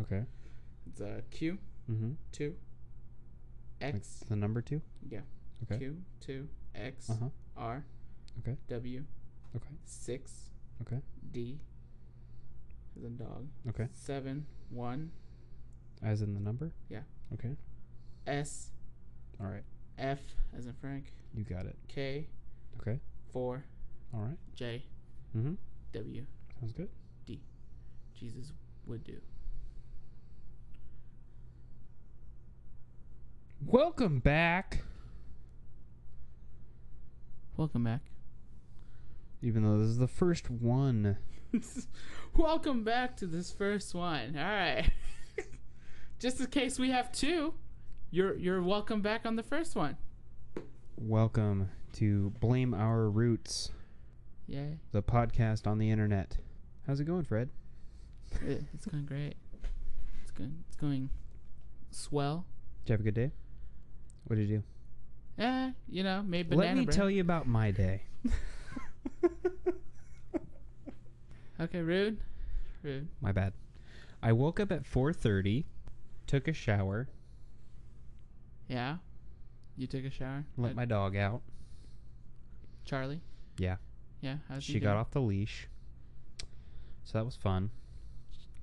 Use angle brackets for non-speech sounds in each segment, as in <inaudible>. Okay. It's uh, Q Mm-hmm. two X Like the number two. yeah Okay. Q two X Uh huh. R Okay. W Okay. six Okay. D as in dog Okay. seven one As in the number. Yeah. Okay. S All right. F as in Frank You got it. K Okay. four All right. J Mm-hmm. W Sounds good. Jesus would do. Welcome back. Welcome back. <laughs> Even though this is the first one. Welcome back to this first one. All right. <laughs> Just in case we have two, you're you're welcome back on the first one. Welcome to Blame Our Roots, Yay. the podcast on the internet. How's it going, Fred? It- It's going great. It's going it's going swell. Did you have a good day? What did you do? Eh, you know, made banana Let me bread. tell you about my day. Okay, rude. Rude. My bad. I woke up at 4:30, took a shower, Yeah. You took a shower? let Uh, my dog out. Charlie? Yeah. Yeah, how's She got off the leash. So that was fun.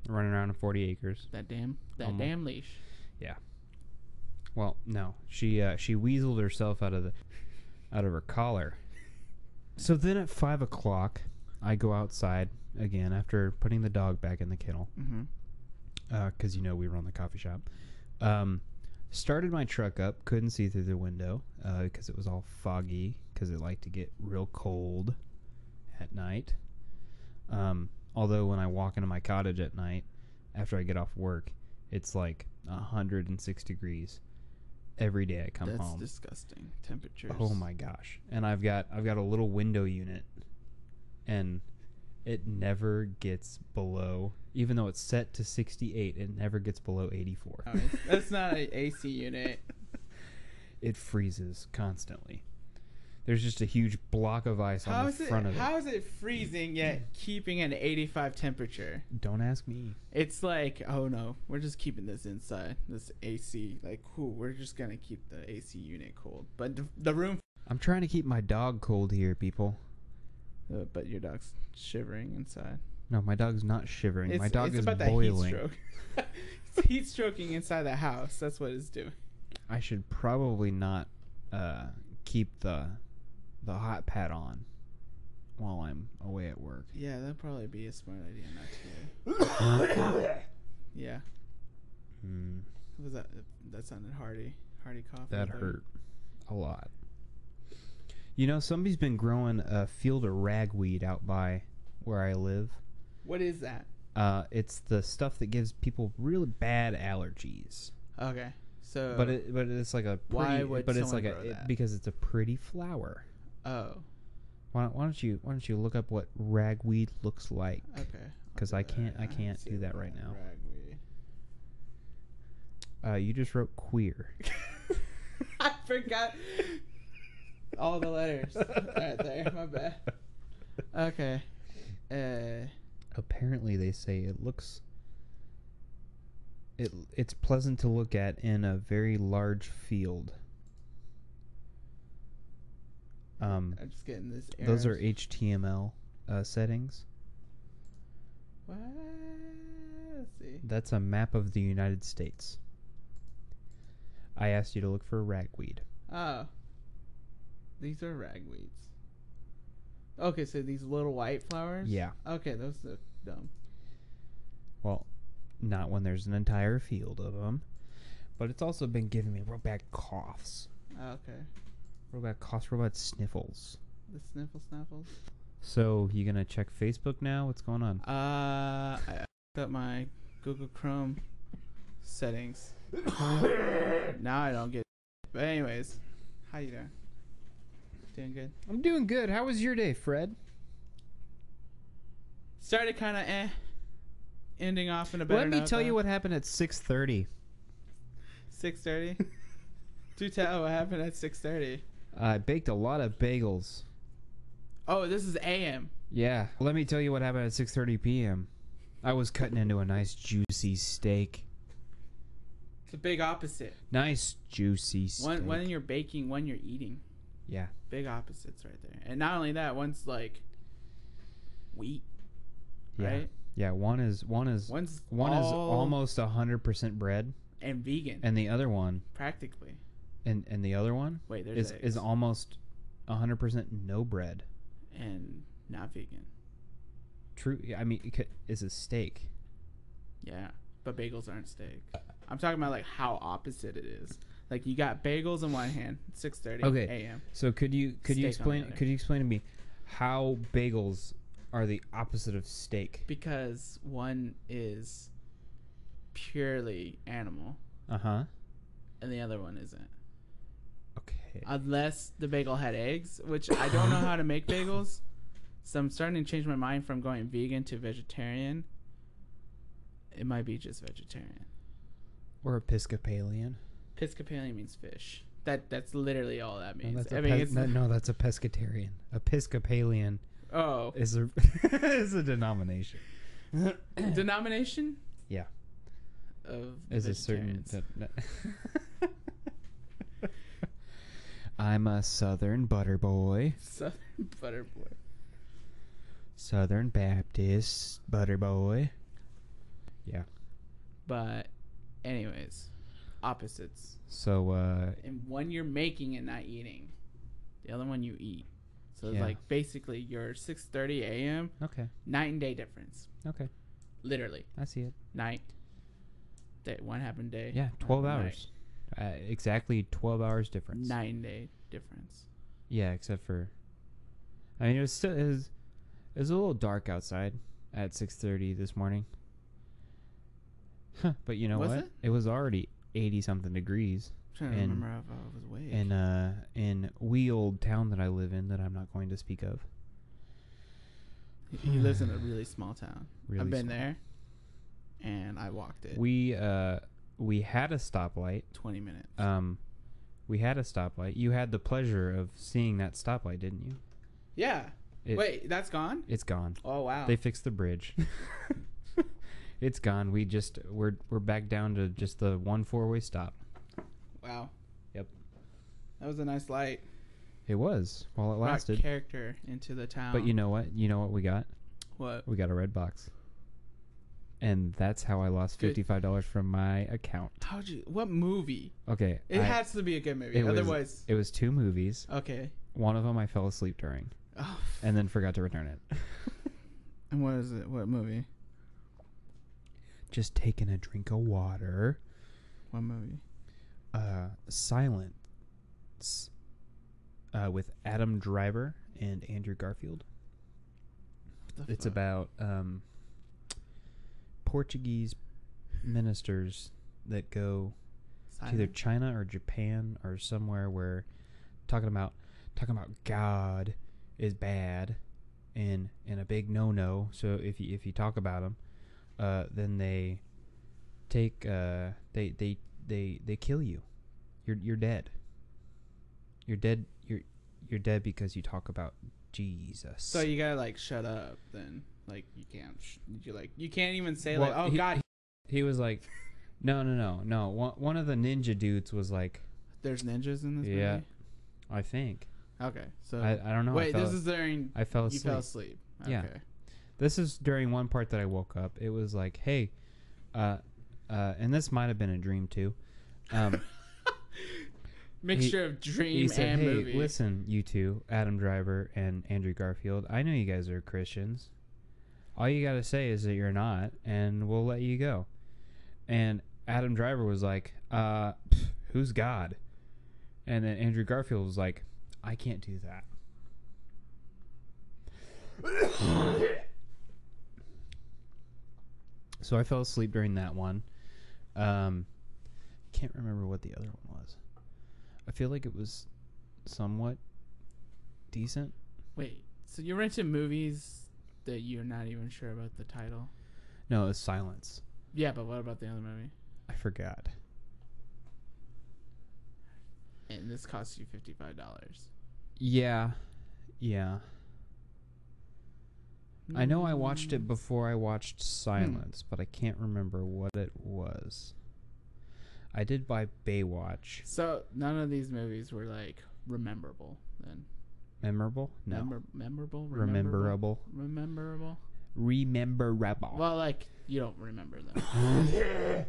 Running around in 40 acres. that damn that Almo- damn leash. Well, no. She uh, she weaseled herself out of the out of her collar. So then at five o'clock, I go outside again after putting the dog back in the kennel Mhm. because uh, you know we run the coffee shop. Um, started my truck up, couldn't see through the window because it was all foggy because it liked to get real cold at night. Um, although when I walk into my cottage at night after I get off work, it's like 106 degrees every day I come That's home. disgusting. Temperatures. Oh my gosh! And I've got I've got a little window unit, and it never gets below. Even though it's set to 68, it never gets below 84. Oh, it's- that's not an AC unit. It freezes constantly. There's just a huge block of ice How on the is it? front of How is it freezing yet keeping an 85 temperature? it. Don't ask me. It's like, oh no, we're just keeping this inside. This AC, like, cool. We're just gonna keep the AC unit cold, but the, the room. I'm trying to keep my dog cold here, people. Uh, but your dog's shivering inside. No, my dog's not shivering. It's, my dog it's is about that heat boiling. stroke. <laughs> it's heat stroking inside the house. That's what it's doing. I should probably not uh, keep the the hot pad on while I'm away at work. Yeah, that'd probably be a smart idea not to. Yeah, Mm, what was that? That sounded hearty, hearty cough. that hurt a lot. You know, somebody's been growing a field of ragweed out by where I live. What is that? Uh, it's the stuff that gives people really bad allergies. Okay, so but it, but it's like a pretty, Why would but it's someone like a grow it- that? because it's a pretty flower. oh. Why don't, why don't you why don't you look up what ragweed looks like? Okay. I'll 'Cause do I that. can't- I can can't see do that what right now. ragweed- Uh, you just wrote queer. <laughs> I forgot all the letters. right there. My <laughs> bad. Okay. Uh, Apparently, they say it looks. It it's pleasant to look at in a very large field. Um, I'm just getting this. Arrow. those are e- HTML uh, settings. What? Let's see. That's a map of the United States. I asked you to look for ragweed. Oh. These are ragweeds. Okay, so these little white flowers. Yeah, Okay, those look dumb. well, not when there's an entire field of them. But it's also been giving me real bad coughs, Okay. real bad coughs, real bad sniffles. The sniffle snaffles. So you gonna check Facebook now? What's going on? Uh, I got my Google Chrome settings. <coughs> now I don't get. But anyways, how you doing? Doing good. I'm doing good. How was your day, Fred? Started kind of eh. Ending off in a better. Let me note, tell though. you what happened at 6:30. Six <laughs> thirty. Do tell what happened at six thirty. I baked a lot of bagels. Oh, this is a.m. Yeah. Let me tell you what happened at 6:30 p.m. I was cutting into a nice juicy steak. The big opposite. Nice juicy steak. One one you're baking, one you're eating. Yeah. Big opposites right there. And not only that, one's like wheat, yeah. right? Yeah. One is one is one, One's is all- almost hundred percent bread, and vegan and the other one practically. and and the other one Wait, there's is is eggs. almost hundred percent no bread. and not vegan. True. I mean, it could- it's a steak. Yeah, but bagels aren't steak. I'm talking about like how opposite it is. Like you got bagels in one hand, 6:30 Okay. a.m. So could you could you Steak on the explain other. could you explain to me how bagels are the opposite of steak? because one is purely animal Uh huh. and the other one isn't. Okay. Unless the bagel had eggs, which I don't know how to make bagels. So I'm starting to change my mind from going vegan to vegetarian. It might be just vegetarian. Or Episcopalian. Episcopalian means fish. That that's literally all that No, means. that's, I a mean, pes- it's no, no, that's a pescatarian. Episcopalian <laughs> <coughs> oh is a <laughs> is a denomination. denomination. Yeah. Of Is a certain. vegetarians. <laughs> de- I'm a Southern butter boy, <laughs> Southern butter boy. Southern Baptist butter boy. Yeah. But, anyways, opposites. So uh, And one you're making and not eating, the other one you eat. So it's Yeah. like basically your 6:30 a.m. okay, night and day difference, okay, literally I see it. night. Day one happened day. Yeah, one twelve happened hours. Uh, exactly twelve hours Night. difference. Night and day difference. Yeah, except for, I mean, it was still it was, it was a little dark outside at six thirty this morning. Huh, but you know Was what? it? was already eighty something degrees I'm trying to And- remember if I was awake. in uh in wee old town that I live in that I'm not going to speak of. he lives in a really small town. Really, I've been small. there, and I walked it. We uh we had a stoplight. 20 minutes. Um, we had a stoplight. You had the pleasure of seeing that stoplight, didn't you? yeah. It- Wait, that's gone? It's gone. Oh wow. They fixed the bridge. <laughs> it's gone. We just we're we're back down to just the one four way stop. wow. Yep. That was a nice light. It was while it Brought lasted. character into the town. But you know what? You know what we got? what? We got a red box. And that's how I lost Good. fifty five dollars from my account. How'd you? What movie? Okay. It I- has to be a good movie. it was- Otherwise, it was two movies. okay. One of them I fell asleep during Oh. and then forgot to return it. And what is it? What movie? Just taking a drink of water. What movie? Uh Silence uh, with Adam Driver and Andrew Garfield. What the it's fuck? about um, Portuguese ministers that go to either Silent- China or Japan or somewhere where talking about talking about God is bad and and a big no no. So if you if you talk about him, uh, then they take uh, they they they they kill you. You're you're dead. You're dead. You're you're dead because you talk about Jesus. So you gotta like shut up then. Like you can't. Sh- you like you can't even say Well, like oh he- god. he was like, no, no, no, no. One, one of the ninja dudes was like, There's ninjas in this Yeah. movie. I think. Okay. So I, I don't know. I wait, fell, this is during I fell you asleep. fell asleep. Okay. Yeah. This is during one part that I woke up. It was like, hey, uh, uh, and this might have been a dream too. Um, Mixture of dream he said, and hey, movie. listen, you two, Adam Driver and Andrew Garfield, I know you guys are Christians. All you got to say is that you're not, and we'll let you go. And Adam Driver was like, uh, pff, who's God? And then Andrew Garfield was like, I can't do that. <coughs> so I fell asleep during that one. Um, can't remember what the other one was. I feel like it was somewhat decent. Wait, so you rented movies that you're not even sure about the title? No, it was Silence. Yeah, but what about the other movie? I forgot. And this costs you fifty five dollars. Yeah, yeah. I know I watched it before I watched Silence, but I can't remember what it was. I did buy Baywatch. So none of these movies were like rememberable then. Memorable? No. Memor- memorable. Rememberable. rememberable. Rememberable. Rememberable. Well, like you don't remember <coughs> them.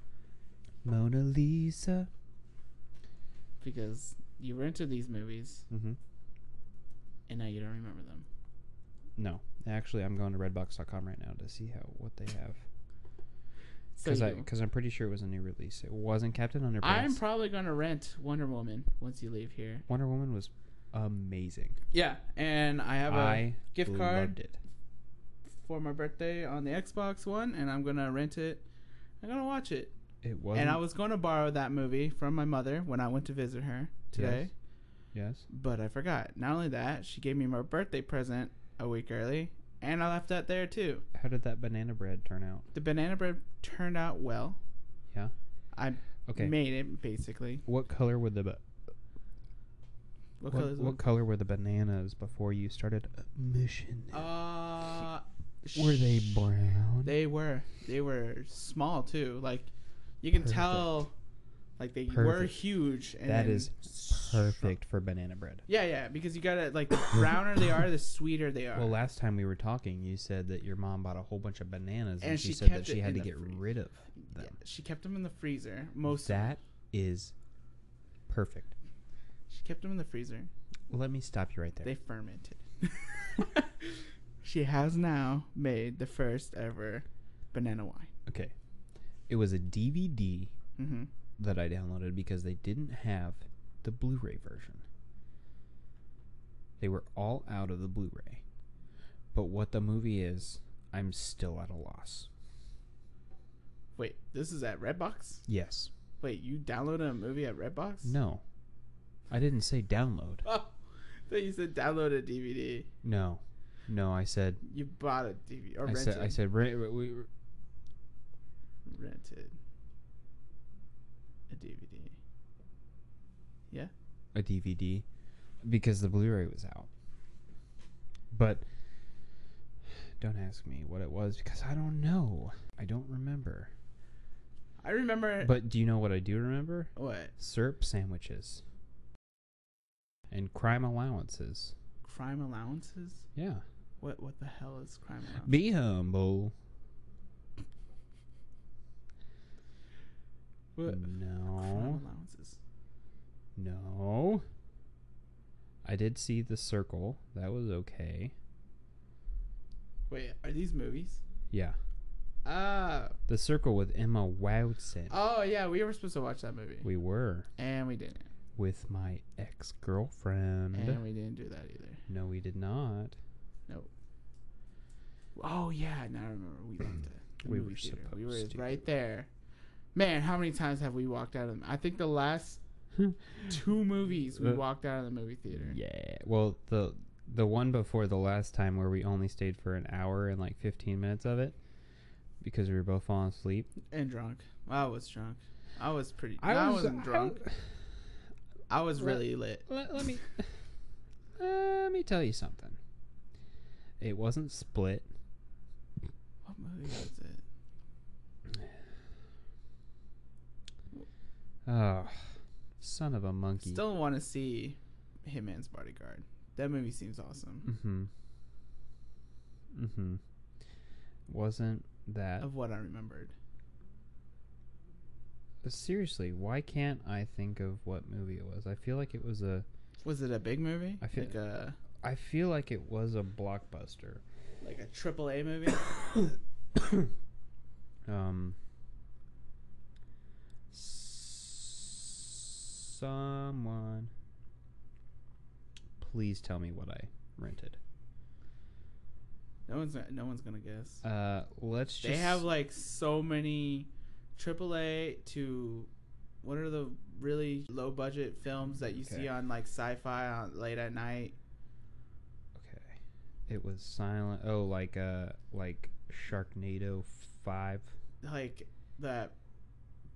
<gasps> Mona Lisa. because you were into these movies Mm-hmm. and now you don't remember them. No, actually, I'm going to Redbox.com right now to see how what they have So because I you- because I'm pretty sure it was a new release. It wasn't Captain Underpants. I'm probably gonna rent Wonder Woman once you leave here. Wonder Woman was amazing. Yeah, and I have a I gift loved card it. for my birthday on the Xbox One, and I'm gonna rent it. I'm gonna watch it. It was And I was gonna borrow that movie from my mother when I went to visit her today, yes. but I forgot. Not only that, she gave me my birthday present a week early, and I left that there too. How did that banana bread turn out? The banana bread turned out well. Yeah? I Okay. made it basically. What color were the ba- What, what, color is what it? color were the bananas before you started a mission? Uh, were they Oh, sh- brown? They were. They were small too. Like you can Perfect. tell, like they were Perfect. huge. And That then is Perfect for banana bread. Yeah, yeah. Because you gotta like <coughs> the browner they are, the sweeter they are. Well, last time we were talking, you said that your mom bought a whole bunch of bananas and, And she, she said that kept she it had in to the get freezer. rid of Yeah, them. she kept them in the freezer most. of That is perfect. the- she kept them in the freezer. Let me stop you right there. They fermented. <laughs> she has now made the first ever banana wine. okay. It was a DVD Mm-hmm. that I downloaded because they didn't have the Blu-ray version. They were all out of the Blu-ray. But what the movie is, I'm still at a loss. Wait, this is at Redbox. Yes. Wait, you downloaded a movie at Redbox? No. I didn't say download. Oh, then you said download a DVD. No. No, I said You bought a DVD or I rented. said I said re- re- we rented a DVD. a DVD because the Blu-ray was out. But don't ask me what it was because I don't know. I don't remember. I remember But do you know what I do remember? what syrup sandwiches and crime allowances. crime allowances. Yeah. What what the hell is crime allowances? Be humble. What? No. Crime allowances. No. I did see the circle. That was okay. Wait, are these movies? Yeah. Ah, The circle with Emma Watson. oh yeah, we were supposed to watch that movie, We were and we didn't, with my ex girlfriend. and we didn't do that either. No, we did not. Oh yeah, now I remember we left it. We were We were supposed to. right there. Man, how many times have we walked out of? The, I think the last two movies we Uh, walked out of the movie theater. Yeah. Well, the the one before the last time where we only stayed for an hour and like 15 minutes of it because we were both falling asleep. And drunk. I was drunk. I was pretty. I I, was- wasn't I drunk. I was Right. really lit. let, let me <sighs> let me tell you something. It wasn't split. What movie was it? Oh, son of a monkey. Still want to see Hitman's Bodyguard. That movie seems awesome. Mm-hmm. Mm-hmm. Wasn't that Of what I remembered. seriously? Why can't I think of what movie it was? I feel like it was a. Was it a big movie? I feel- like a I feel like it was a blockbuster. like a triple A movie. Um. Someone, please tell me what I rented. no one's no one's gonna guess. Uh, let's just. they have like so many triple A to what are the really low budget films that you Okay. see on like sci-fi on late at night? okay. It was silent. Oh, like uh, like Sharknado Five. like the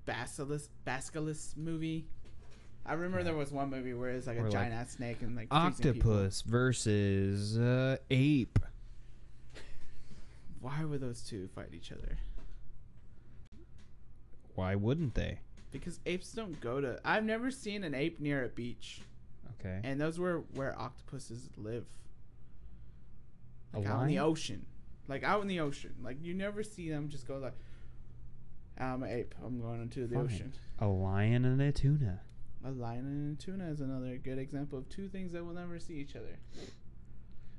basilisk basilisk movie. I remember Yeah. there was one movie where it's like Or, a like, giant ass snake and like freezing people. Octopus versus uh, ape. why would those two fight each other? Why wouldn't they? Because apes don't go to. I've never seen an ape near a beach, Okay. and those were where octopuses live. A Like out in the lion? ocean, like out in the ocean. Like you never see them just go like, "I'm an ape. I'm going into the Fine. ocean." A lion and a tuna. A lion and a tuna is another good example of two things that will never see each other.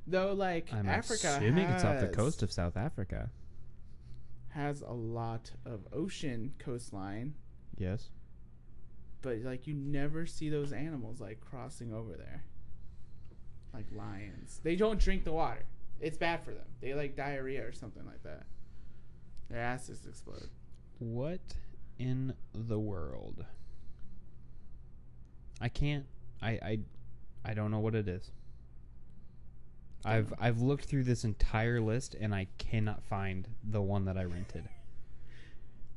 Though, like I'm Africa assuming has, it's off the coast of South Africa. has a lot of ocean coastline, Yes. but like you never see those animals like crossing over there. Like lions, they don't drink the water. It's bad for them. They like diarrhea or something like that. Their asses explode. What in the world? I can't. I I, I don't know what it is. I've I've looked through this entire list and I cannot find the one that I rented.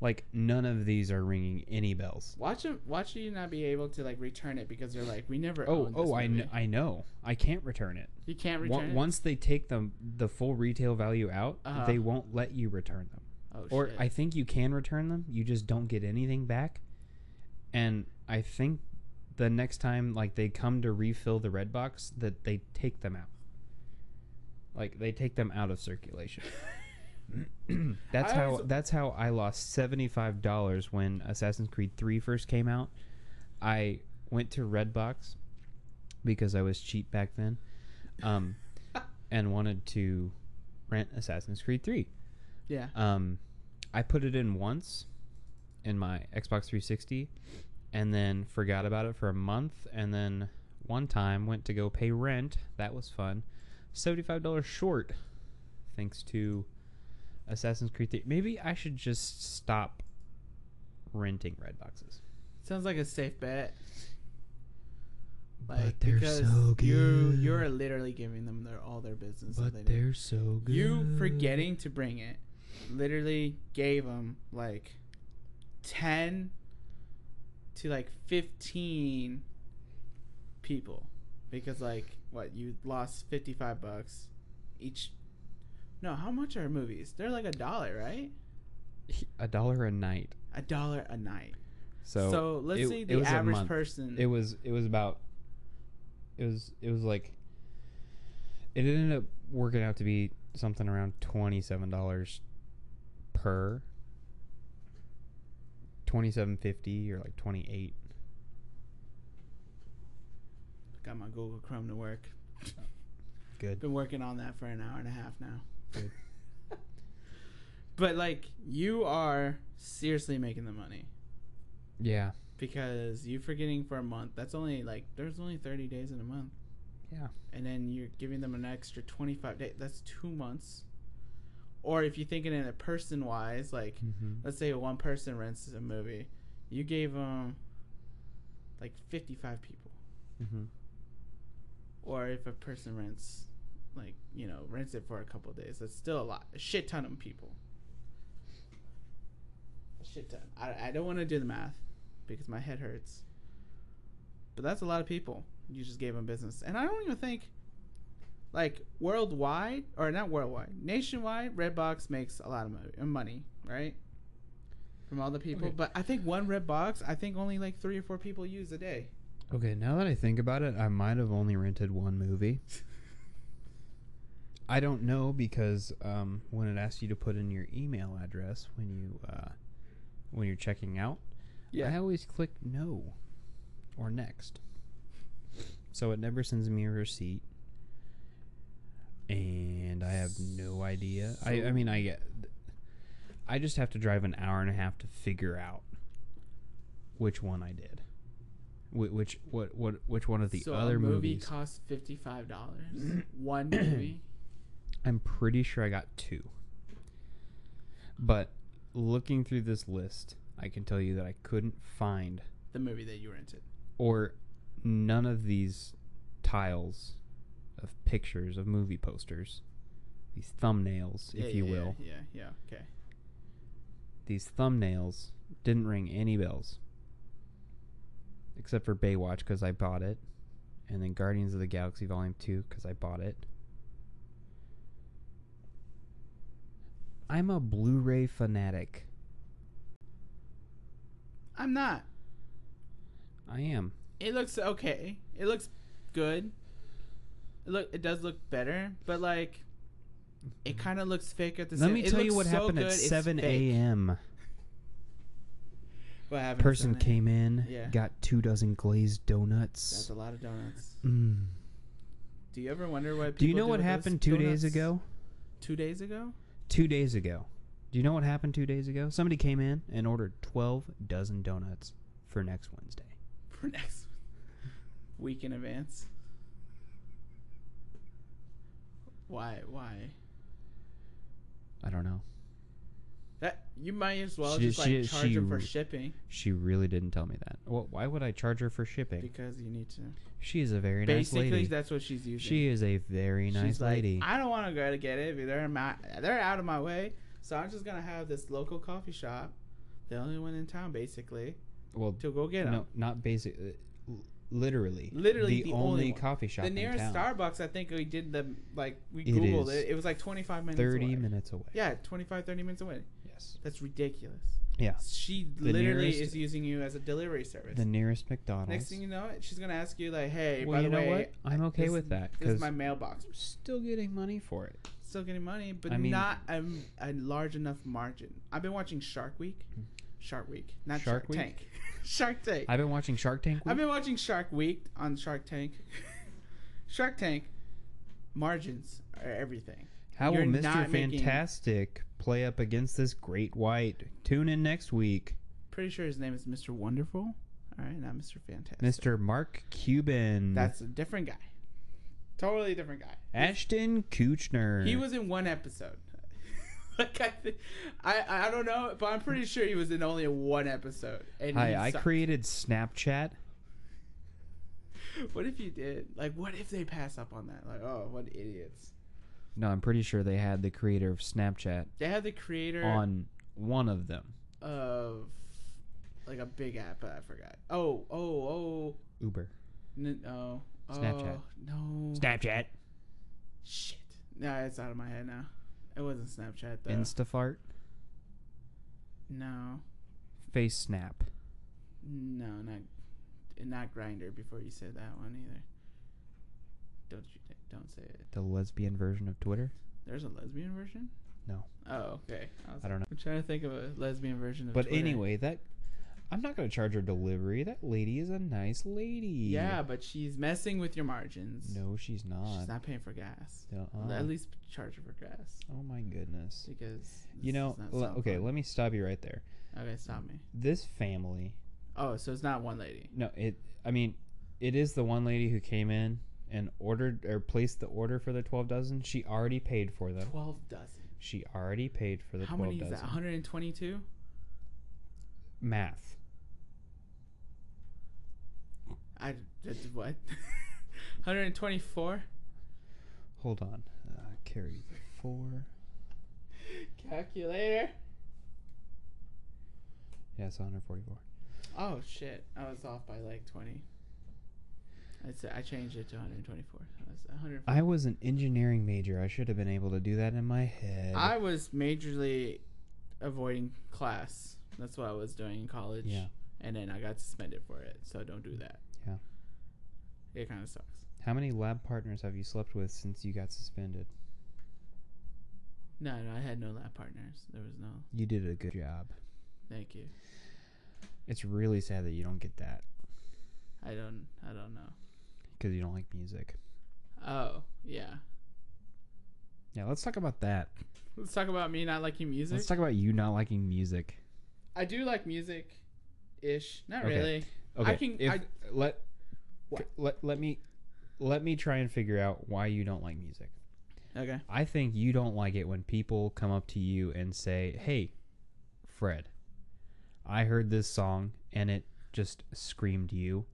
Like none of these are ringing any bells. Watch them. Watch you not be able to like return it because they're like we never. Oh owned this oh I movie." kn- I know I can't return it. You can't Wa- return it. once they take the the full retail value out, Uh-huh. they won't let you return them. Oh, or shit. I think you can return them. You just don't get anything back. And I think the next time like they come to refill the red box that they take them out. Like they take them out <laughs> of circulation. <clears throat> that's I how always- that's how I lost $75 when Assassin's Creed 3 first came out. I went to Redbox because I was cheap back then. <laughs> Um and wanted to rent Assassin's Creed 3. yeah. Um, I put it in once in my Xbox 360, and then forgot about it for a month, and then one time went to go pay rent. That was fun. Seventy-five dollars short, thanks to Assassin's Creed. 3. Maybe I should just stop renting red boxes. Sounds like a safe bet. But they're so You're, good. you're literally giving them their all their business. that they do. so you forgetting to bring it. Literally gave them like ten to like fifteen people because like what you lost fifty five bucks each. No, how much are movies? They're like a dollar, right? a dollar a night. A dollar a night. So, So, let's it- say it the was a average month. person. it was it was about it was it was like it ended up working out to be something around twenty seven dollars per twenty seven fifty or like twenty eight. Got my Google Chrome to work. Good. Been working on that for an hour and a half now. Good. <laughs> but like you are seriously making the money Yeah. because you're forgetting for a month. That's only like there's only 30 days in a month. Yeah. And then you're giving them an extra 25 days. That's 2 months. Or if you're thinking in a person wise, like Mm-hmm. let's say one person rents a movie, you gave them like 55 people. Mm-hmm. or if a person rents like you know rents it for a couple of days that's still a lot a shit ton of people a shit ton i, I don't want to do the math because my head hurts but that's a lot of people you just gave them business and i don't even think like worldwide or not worldwide nationwide redbox makes a lot of mo- uh, money right from all the people Okay. but i think one redbox i think only like three or four people use a day Okay, now that I think about it, I might have only rented <laughs> one movie. I don't know because um, when it asks you to put in your email address when you uh, when you're checking out, Yeah. I always click no or next. So it never sends me a receipt. And I have no idea. I, I So- mean, I get. I just have to drive an hour and a half to figure out which one I did, Wh- which what what which one of the so other a movie movies. costs fifty five <clears throat> dollars. One movie. I'm pretty sure I got two. But looking through this list, I can tell you that I couldn't find the movie that you rented. or none of these tiles of pictures of movie posters, these thumbnails, if Yeah, you yeah, will, Yeah, yeah, yeah. Okay. these thumbnails didn't ring any bells. Except for Baywatch because I bought it, and then Guardians of the Galaxy Volume Two because I bought it. I'm a Blu-ray fanatic. I'm not. I am. It looks okay. It looks good. It look it does look better, but like it kind of looks fake at the Mm-hmm. Let same me it tell you looks what so happened good, at it's 7 fake. a.m. What happened? at Person 7 a.m.? came in, Yeah. got two dozen glazed That's donuts. a lot of donuts. Mm. Do you ever wonder what? Do you people know what with those happened two days donuts? ago? Two days ago? Two days ago. Do you know what happened two days ago? Somebody came in and ordered 12 dozen donuts for next Wednesday. For next week in advance. Why? Why? I don't know. That you might as well She- just like she- charge she- them for shipping She really didn't tell me that. Well, why would I charge her for shipping? because you need to. She is a very Basically, nice lady. that's what she's using. She is a very nice She's like, lady. I don't want to go to get it. But they're in my, they're out of my way. So I'm just gonna have this local coffee shop, the only one in town, basically, well, to go get them. no, not basic. uh, l- Literally, Literally the, the only only one. coffee shop. The in nearest town. Starbucks, I think we did the like we It googled is it. It was like 25 minutes. 30 away. minutes away. Yeah, 25, 30 minutes away. Yes. That's ridiculous. Yeah. She literally nearest- is using you as a delivery service. The nearest McDonald's. Next thing you know, it, she's gonna ask you like, "Hey, well, by you the know way, what? I'm okay this- with that this because is my mailbox. still getting money for it. Still getting money, but I mean- not a, a large enough margin." I've been watching Shark Week. Shark Week, not Shark, Shark Week? Tank. <laughs> Shark Tank. I've been watching Shark Tank. I've week. been watching Shark Week on Shark Tank. <laughs> Shark Tank margins are everything. How will you're Mr. not making- Fantastic play up against this great white? Tune in next week. Pretty sure his name is Mr. Wonderful. All right, not Mr. Fantastic. Mr. Mark Cuban. That's a different guy. Totally different guy. Ashton Kutcher. He was in one episode. <laughs> like I, thi- I, I don't know, but I'm pretty sure he was in only one episode. And he Hi, I sucked. created Snapchat. What if you did? Like, what if they pass up on that? Like, oh, what idiots! No, I'm pretty sure they had the creator of Snapchat They have the creator on one of them. of like a big app, but I forgot. Oh, oh, oh, Uber. n- no, oh, Snapchat. No, Snapchat. shit. No, it's out of my head now. It wasn't Snapchat though. Instafart. no, Face Snap. no, not not Grinder. Before you said that one either. Don't you don't say it. The lesbian version of Twitter. There's a lesbian version. No. Oh, okay. was I don't know. I'm trying to think of a lesbian version of. But Twitter. anyway, that I'm not gonna charge her delivery. That lady is a nice lady. Yeah, but she's messing with your margins. No, she's not. she's not paying for gas. Uh-uh. At least charge her for gas Oh my goodness. because You this know, is not le- sound okay, fun. let me stop you right there. okay, stop me. This family, Oh, so it's not one lady. no, it. I mean, it is the one lady who came in and ordered or placed the order for the twelve dozen. She already paid for them. Twelve dozen. She already paid for the How twelve many is dozen. that? One hundred and twenty-two. Math. I that's what? <laughs> One hundred and twenty-four. Hold on. Uh, carry the four. Calculator. Yeah, it's 144. Oh shit! I was off by like twenty. I said I changed it to one hundred twenty-four. I was one hundred. I was an engineering major. I should have been able to do that in my head. I was majorly avoiding class. That's what I was doing in college. Yeah. And then I got suspended for it. So don't do that. Yeah. It kind of sucks. How many lab partners have you slept with since you got suspended? No, no, I had no lab partners. There was no. You did a good job. Thank you. It's really sad that you don't get that I don't. I don't know. because you don't like music. Oh yeah. Yeah, let's talk about that. Let's talk about me not liking music. Let's talk about you not liking music. I do like music, ish. Not Okay. really. Okay. I can- if, I- let, What? let let me let me try and figure out why you don't like music. Okay. I think you don't like it when people come up to you and say, "Hey, Fred, I heard this song and it just screamed you.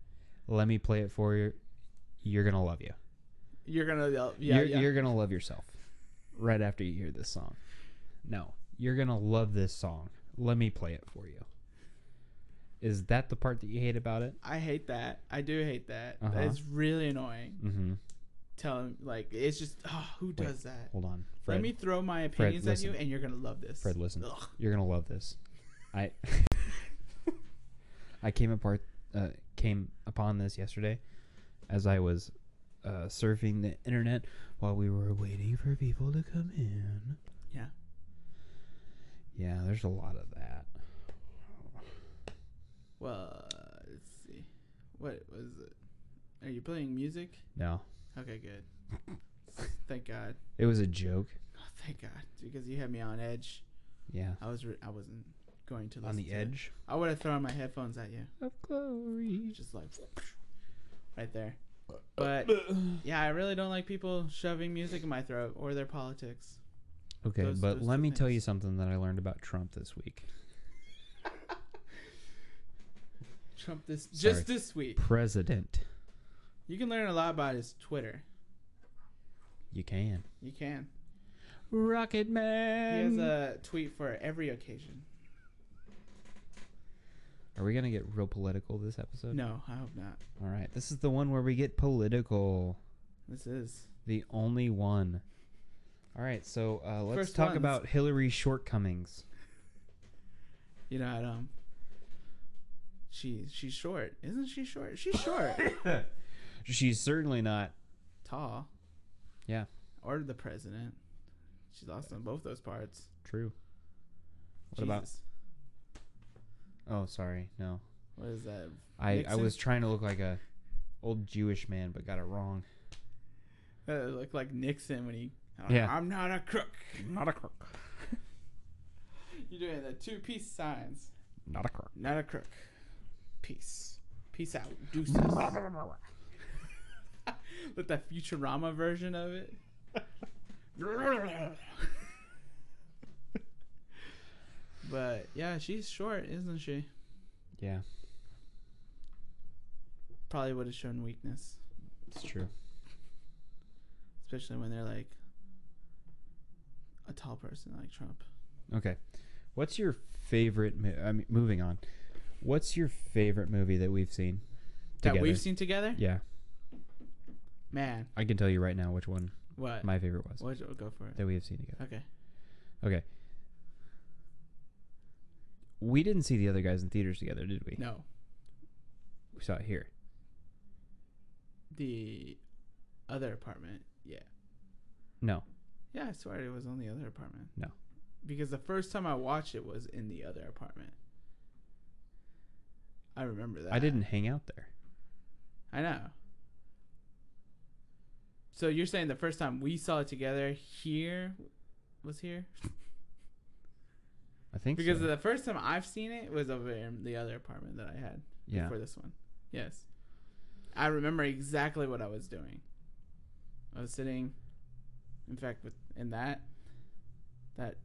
Let me play it for you. You're going to love you. You're gonna. yell- Yeah. you're yeah. you're going to love yourself right after you hear this song. No, you're going to love this song. Let me play it for you." Is that the part that you hate about it? I hate that. I do hate that. Uh-huh. That's really annoying. Mhm. telling like it's just oh, who Wait, does that? Hold on, Fred. Let me throw my opinions at you, listen. and you're gonna love this. Fred, listen. Ugh. You're gonna love this. <laughs> I I came apart uh, came upon this yesterday as I was uh, surfing the internet while we were waiting for people to come in. Yeah. Yeah, there's a lot of that. Well, uh, let's see. What was it? Are you playing music? No, Okay, <laughs> good. thank God. it was a joke. Oh, thank God, because you had me on edge. Yeah, I was re- I wasn't going to listen on the to it. edge I would have thrown my headphones at you, of glory. just like right there. Uh, But <clears throat> yeah, I really don't like people shoving music in my throat or their politics. Okay, Those- but those let two me tell you things. something that I learned about Trump this week. Trump this Sorry. just this week. President, You can learn a lot about his Twitter. you can. You can. Rocket He has Man. a tweet for every occasion. Are we gonna get real political this episode? No, I hope not. All right, this is the one where we get political. This is The only one. All right, so uh, let's First talk ones. about Hillary's shortcomings. you know I um she she's short. Isn't she short? She's <laughs> short. She's certainly not. Tall. Yeah. Or the president. She lost on both those parts. True. What about? Jesus. Oh, sorry, no. what is that? I, I Nixon? was trying to look like a old Jewish man, but got it wrong. That looked Uh, like Nixon when he. Yeah. I'm not a crook. Not a crook. You're doing the two peace signs. Not a crook. Not a crook. Peace. Peace out. Deuces. With the Futurama version of it. but yeah, she's short, isn't she? Yeah, Probably would have shown weakness, it's true. especially when they're like a tall person like Trump. Okay, what's your favorite? Mo- I mean, moving on. What's your favorite movie that we've seen? That Together. we've seen together? Yeah, Man, I can tell you right now which one what? my favorite was What? Go for it. that we have seen together. Okay. We didn't see the other guys in theaters together, did we? No. We saw it here. The other apartment. Yeah. No. Yeah, I swear it was on the other apartment. No. Because the first time I watched it was in the other apartment. I remember that. I didn't hang out there. I know. So you're saying the first time we saw it together here was here? I think Because uh, so. the first time I've seen it was over in the other apartment that I had yeah. before this one. Yes. I remember exactly what I was doing. I was sitting in fact with in that that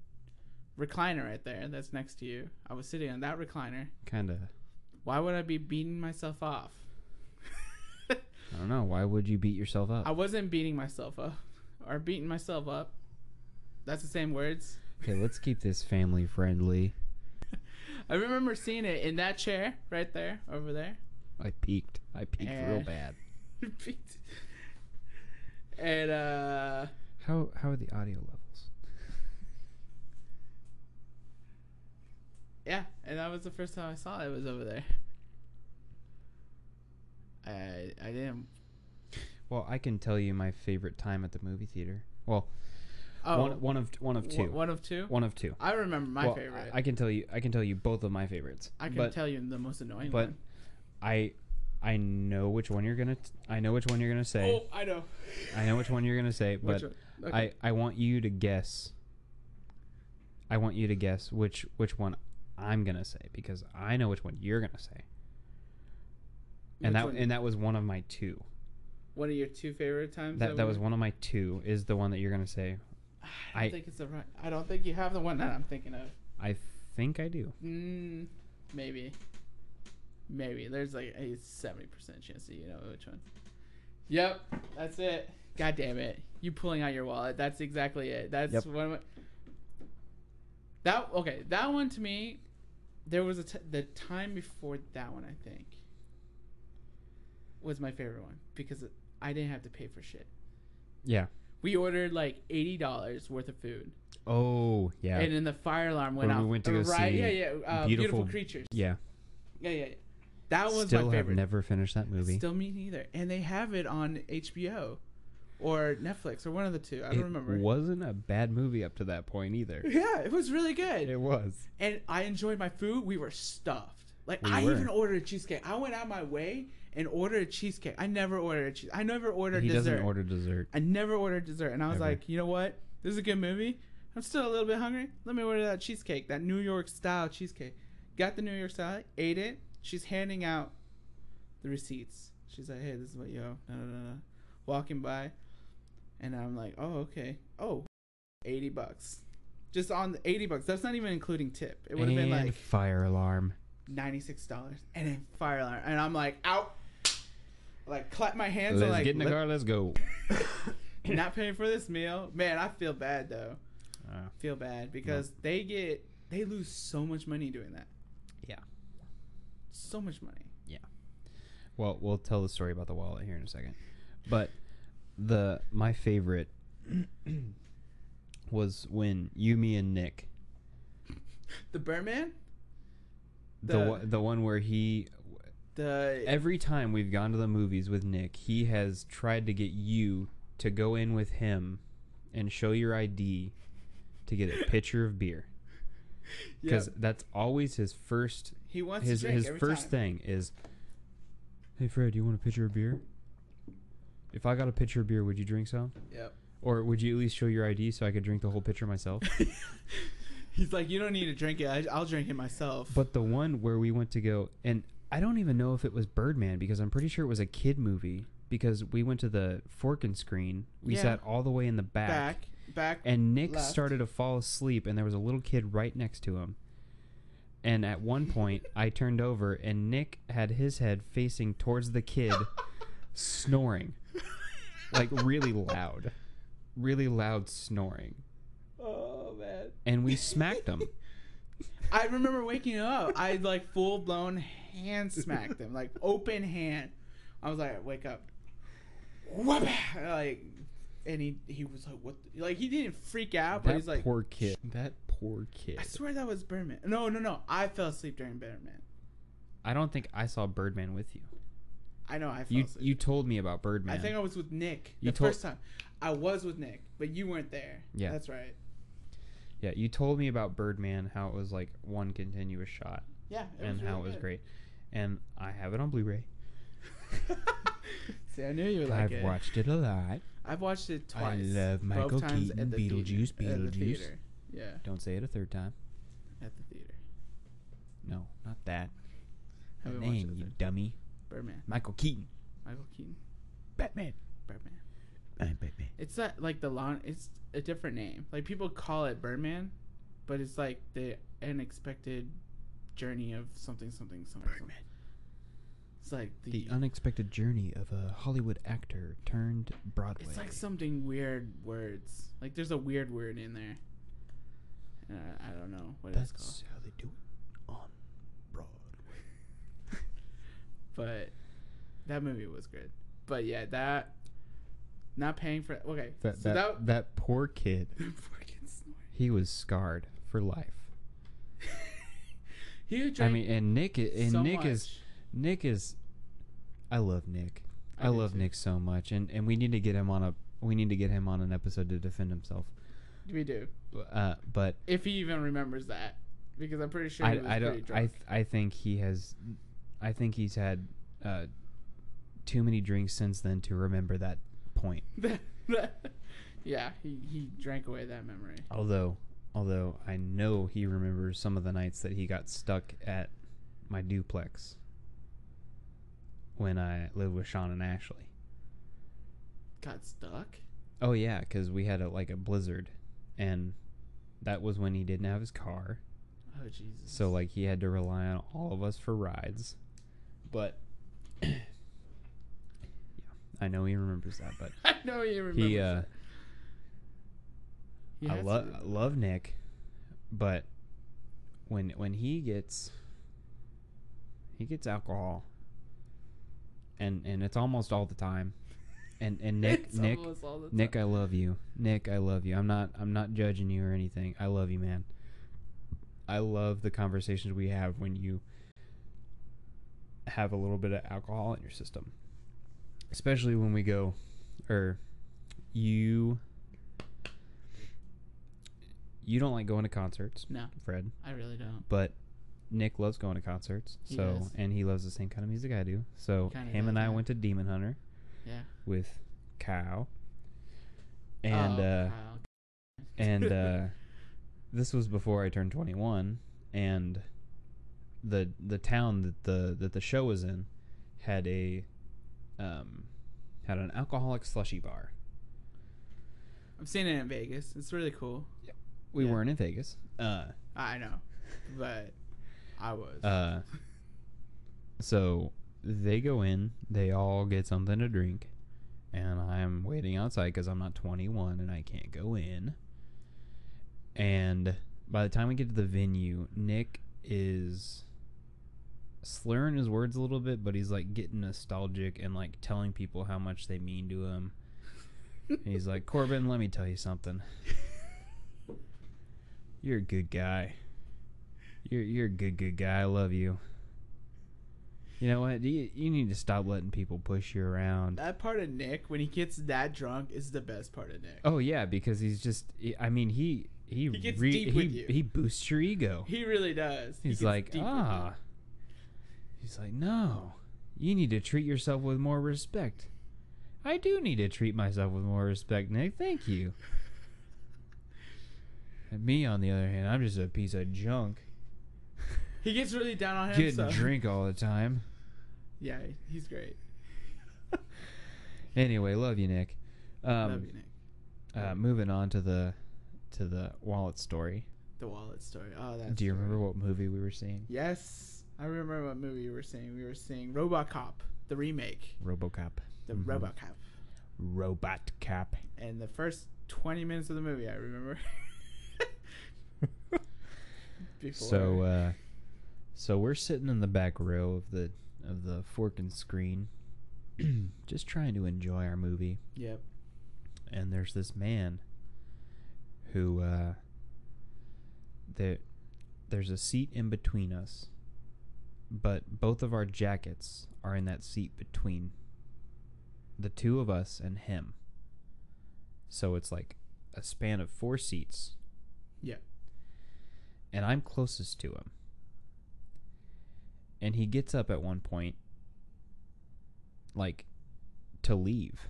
recliner right there that's next to you. I was sitting on that recliner. Kind of. Why would I be beating myself off? I don't know. Why would you beat yourself up? I wasn't beating myself up <laughs> or beating myself up. That's the same words. okay, let's keep this family friendly. I remember seeing it in that chair right there over there. <laughs> I peeked. I peeked Eh. real bad. and uh How how are the audio levels? Yeah, and that was the first time I saw it. was over there. I I didn't. Well, I can tell you my favorite time at the movie theater. Well, Oh, one one of one of two. one- one of two. One of two. I remember my Well, favorite. I, I can tell you. I can tell you both of my favorites. I, can but tell you the most annoying but one. I I know which one you're gonna. T- I know which one you're gonna say. Oh, I know. <laughs> I know which one you're gonna say, but Which one? Okay. I I want you to guess. I want you to guess which which one I'm gonna say because I know which one you're gonna say, Which and that one? and that was one of my two. one of your two favorite times. That that was we- one of my two is the one that you're gonna say. <sighs> I I- don't think it's the right. I don't think you have the one that I'm thinking of. I think I do. Mm, maybe. Maybe there's like a seventy percent chance that you know which one. Yep, that's it. God damn it! You pulling out your wallet. That's exactly it. That's Yep. one. Of my, that okay. That one to me, there was a t- the time before that one. I think was my favorite one because I didn't have to pay for shit. Yeah. We ordered like eighty dollars worth of food, Oh yeah. and then the fire alarm went When off. we went to go right, see yeah, yeah, uh, beautiful, Beautiful- creatures. yeah. Yeah, yeah, yeah. That one's Still my have favorite. never finished that movie. Still me neither. And they have it on HBO or Netflix or one of the two. I don't it remember. wasn't a bad movie up to that <laughs> point either. Yeah, it was really good. it was. And I enjoyed my food. We were stuffed. Like We I were. even ordered a cheesecake. I went out my way and ordered a cheesecake. I never ordered a cheese. I never ordered He dessert. doesn't order dessert. I never ordered dessert. And I was Never. like, you know what? This is a good movie. I'm still a little bit hungry. Let me order that cheesecake, that New York style cheesecake. Got the New York style, ate it. She's handing out the receipts. She's like, hey, this is what you owe. No, no, no, no. Walking by. And I'm like, oh, okay. Oh, 80 bucks. Just on the 80 bucks. That's not even including tip. It would have been And like fire alarm. $96. And then fire alarm. And I'm like, out. Like, clap my hands. let's and like, get in the let- car. Let's go. not paying for this meal. Man, I feel bad though. Uh, Feel bad because they get they lose so much money doing that. Yeah. So much money. well, we'll tell the story about the wallet here in a second. But the my favorite was when you, me, and Nick The Birdman? the The- one- the one where he The every time we've gone to the movies with Nick, he has tried to get you to go in with him and show your ID to get a pitcher of beer yeah, because that's always his first he wants his to drink his every first time. thing is, "Hey Fred, you want a pitcher of beer? If I got a pitcher of beer, would you drink some? Yep. <laughs> Or would you at least show your ID so I could drink the whole pitcher myself?" He's like, you don't need to drink it. I, I'll drink it myself. But the one where we went to go, and I don't even know if it was Birdman because I'm pretty sure it was a kid movie because we went to the fork and screen. We Yeah. sat all the way in the back, back, back. and Nick left. started to fall asleep, and there was a little kid right next to him. And at one point, I turned over, and Nick had his head facing towards <laughs> the kid, snoring like really loud, really loud snoring. <laughs> oh man. And we smacked him. I remember waking up. I like full blown hand smacked him, like open hand. I was like, wake up, Whap! like, and he he was like, what? the-" Like he didn't freak out, <laughs> but that he's like, poor kid. That poor kid. I swear that was Birdman. No, no, no. I fell asleep during Birdman. I don't think I saw Birdman with you. I know I fell You asleep. you told me about Birdman. I think I was with Nick the You told- first time. I was with Nick, but you weren't there. Yeah. that's right. yeah, you told me about Birdman, how it was like one continuous shot Yeah, and how it was great. And I have it on Blu-ray. great. <laughs> See, I knew you would like I've it. watched it a lot. I've watched it twice. love Michael both times Keaton, at the Beetlejuice, theater, at the Beetlejuice. theater. Yeah, Don't say it a third time. at the theater. No, not that. The Haven't watched name, it you yet. dummy. Birdman, Michael Keaton. Michael Keaton, Batman. Birdman. I'm Batman. It's that like the long. It's a different name. Like people call it Birdman, but it's like the unexpected journey of something, something, something. something. It's like the. The unexpected journey of a Hollywood actor turned Broadway. it's like something weird words. Like there's a weird word in there. And I, I don't know what it's called. That's how they do it on Broadway. but that movie was good. But yeah, that not paying for okay. That so that, that, that poor kid. <laughs> fucking snort. He was scarred for life. He drank I mean, and Nick i- and so Nick much. is Nick is. I love Nick. I I, do love too. Nick so much, and and we need to get him on a we need to get him on an episode to defend himself. we do Uh, but if he even remembers that because I'm pretty sure he was I, I pretty don't. I drunk. th- I think he has. I think he's had uh, too many drinks since then to remember that point. <laughs> yeah, he he drank away that memory. Although, although I know he remembers some of the nights that he got stuck at my duplex when I lived with Sean and Ashley. Got stuck. Oh yeah, because we had a, like a blizzard, and that was when he didn't have his car, Oh Jesus. so like he had to rely on all of us for rides. But <coughs> yeah, I know he remembers that. But <laughs> I know you remember. he, uh, I love love. love Nick, but when when he gets he gets alcohol, and and it's almost all the time. And <laughs> and <laughs> Nick It's Nick almost all the Nick, time. I love you. Nick, I love you. I'm not I'm not judging you or anything. I love you, man. I love the conversations we have when you have a little bit of alcohol in your system. Especially when we go or you you don't like going to concerts, No, Fred, I really don't. but Nick loves going to concerts. He so does. and he loves the same kind of music I do. So Kinda him does, and I yeah. went to Demon Hunter Yeah. with Kyle. And Oh, <laughs> uh Kyle. and uh this was before I turned 21 and the the town that the that the show was in had a um had an alcoholic slushy bar. I'm seeing it in Vegas. It's really cool. We Yeah. weren't in Vegas. Uh I <laughs> know, but I was. uh so they go in, they all get something to drink, and I'm waiting outside cuz I'm not 21 and I can't go in. And by the time we get to the venue, Nick is slurring his words a little bit, but he's like getting nostalgic and like telling people how much they mean to him. And he's like, "Corbin, let me tell you something. You're a good guy. You're you're a good good guy. I love you. You know what? You, you need to stop letting people push you around. that part of Nick when he gets that drunk is the best part of Nick. Oh yeah, because he's just. I mean, he he He gets re- deep he, with you. he boosts your ego. He really does. He He's gets like, deep with ah. He's like, no, you need to treat yourself with more respect. I do need to treat myself with more respect, Nick. Thank you. And me, on the other hand, I'm just a piece of junk, it. He gets really down on getting himself. drink all the time. <laughs> Yeah, he's great. Anyway, love you, Nick. Um, Love you, Nick. Uh, moving on to the to the wallet story. The wallet story. Oh, that's. do you remember what movie we were seeing? Yes, I remember what movie we were seeing. We were seeing RoboCop, the remake, RoboCop. the Mhm. RoboCop, Robot Cap. and the first 20 minutes of the movie I <laughs> remember. <laughs> Before. So uh, so we're sitting in the back row of the of the fork and screen, <clears throat> just trying to enjoy our movie. Yep. And there's this man who uh, there there's a seat in between us, but both of our jackets are in that seat between the two of us and him. So it's like a span of four seats. Yeah. And I'm closest to him. And he gets up at one point, like, to leave.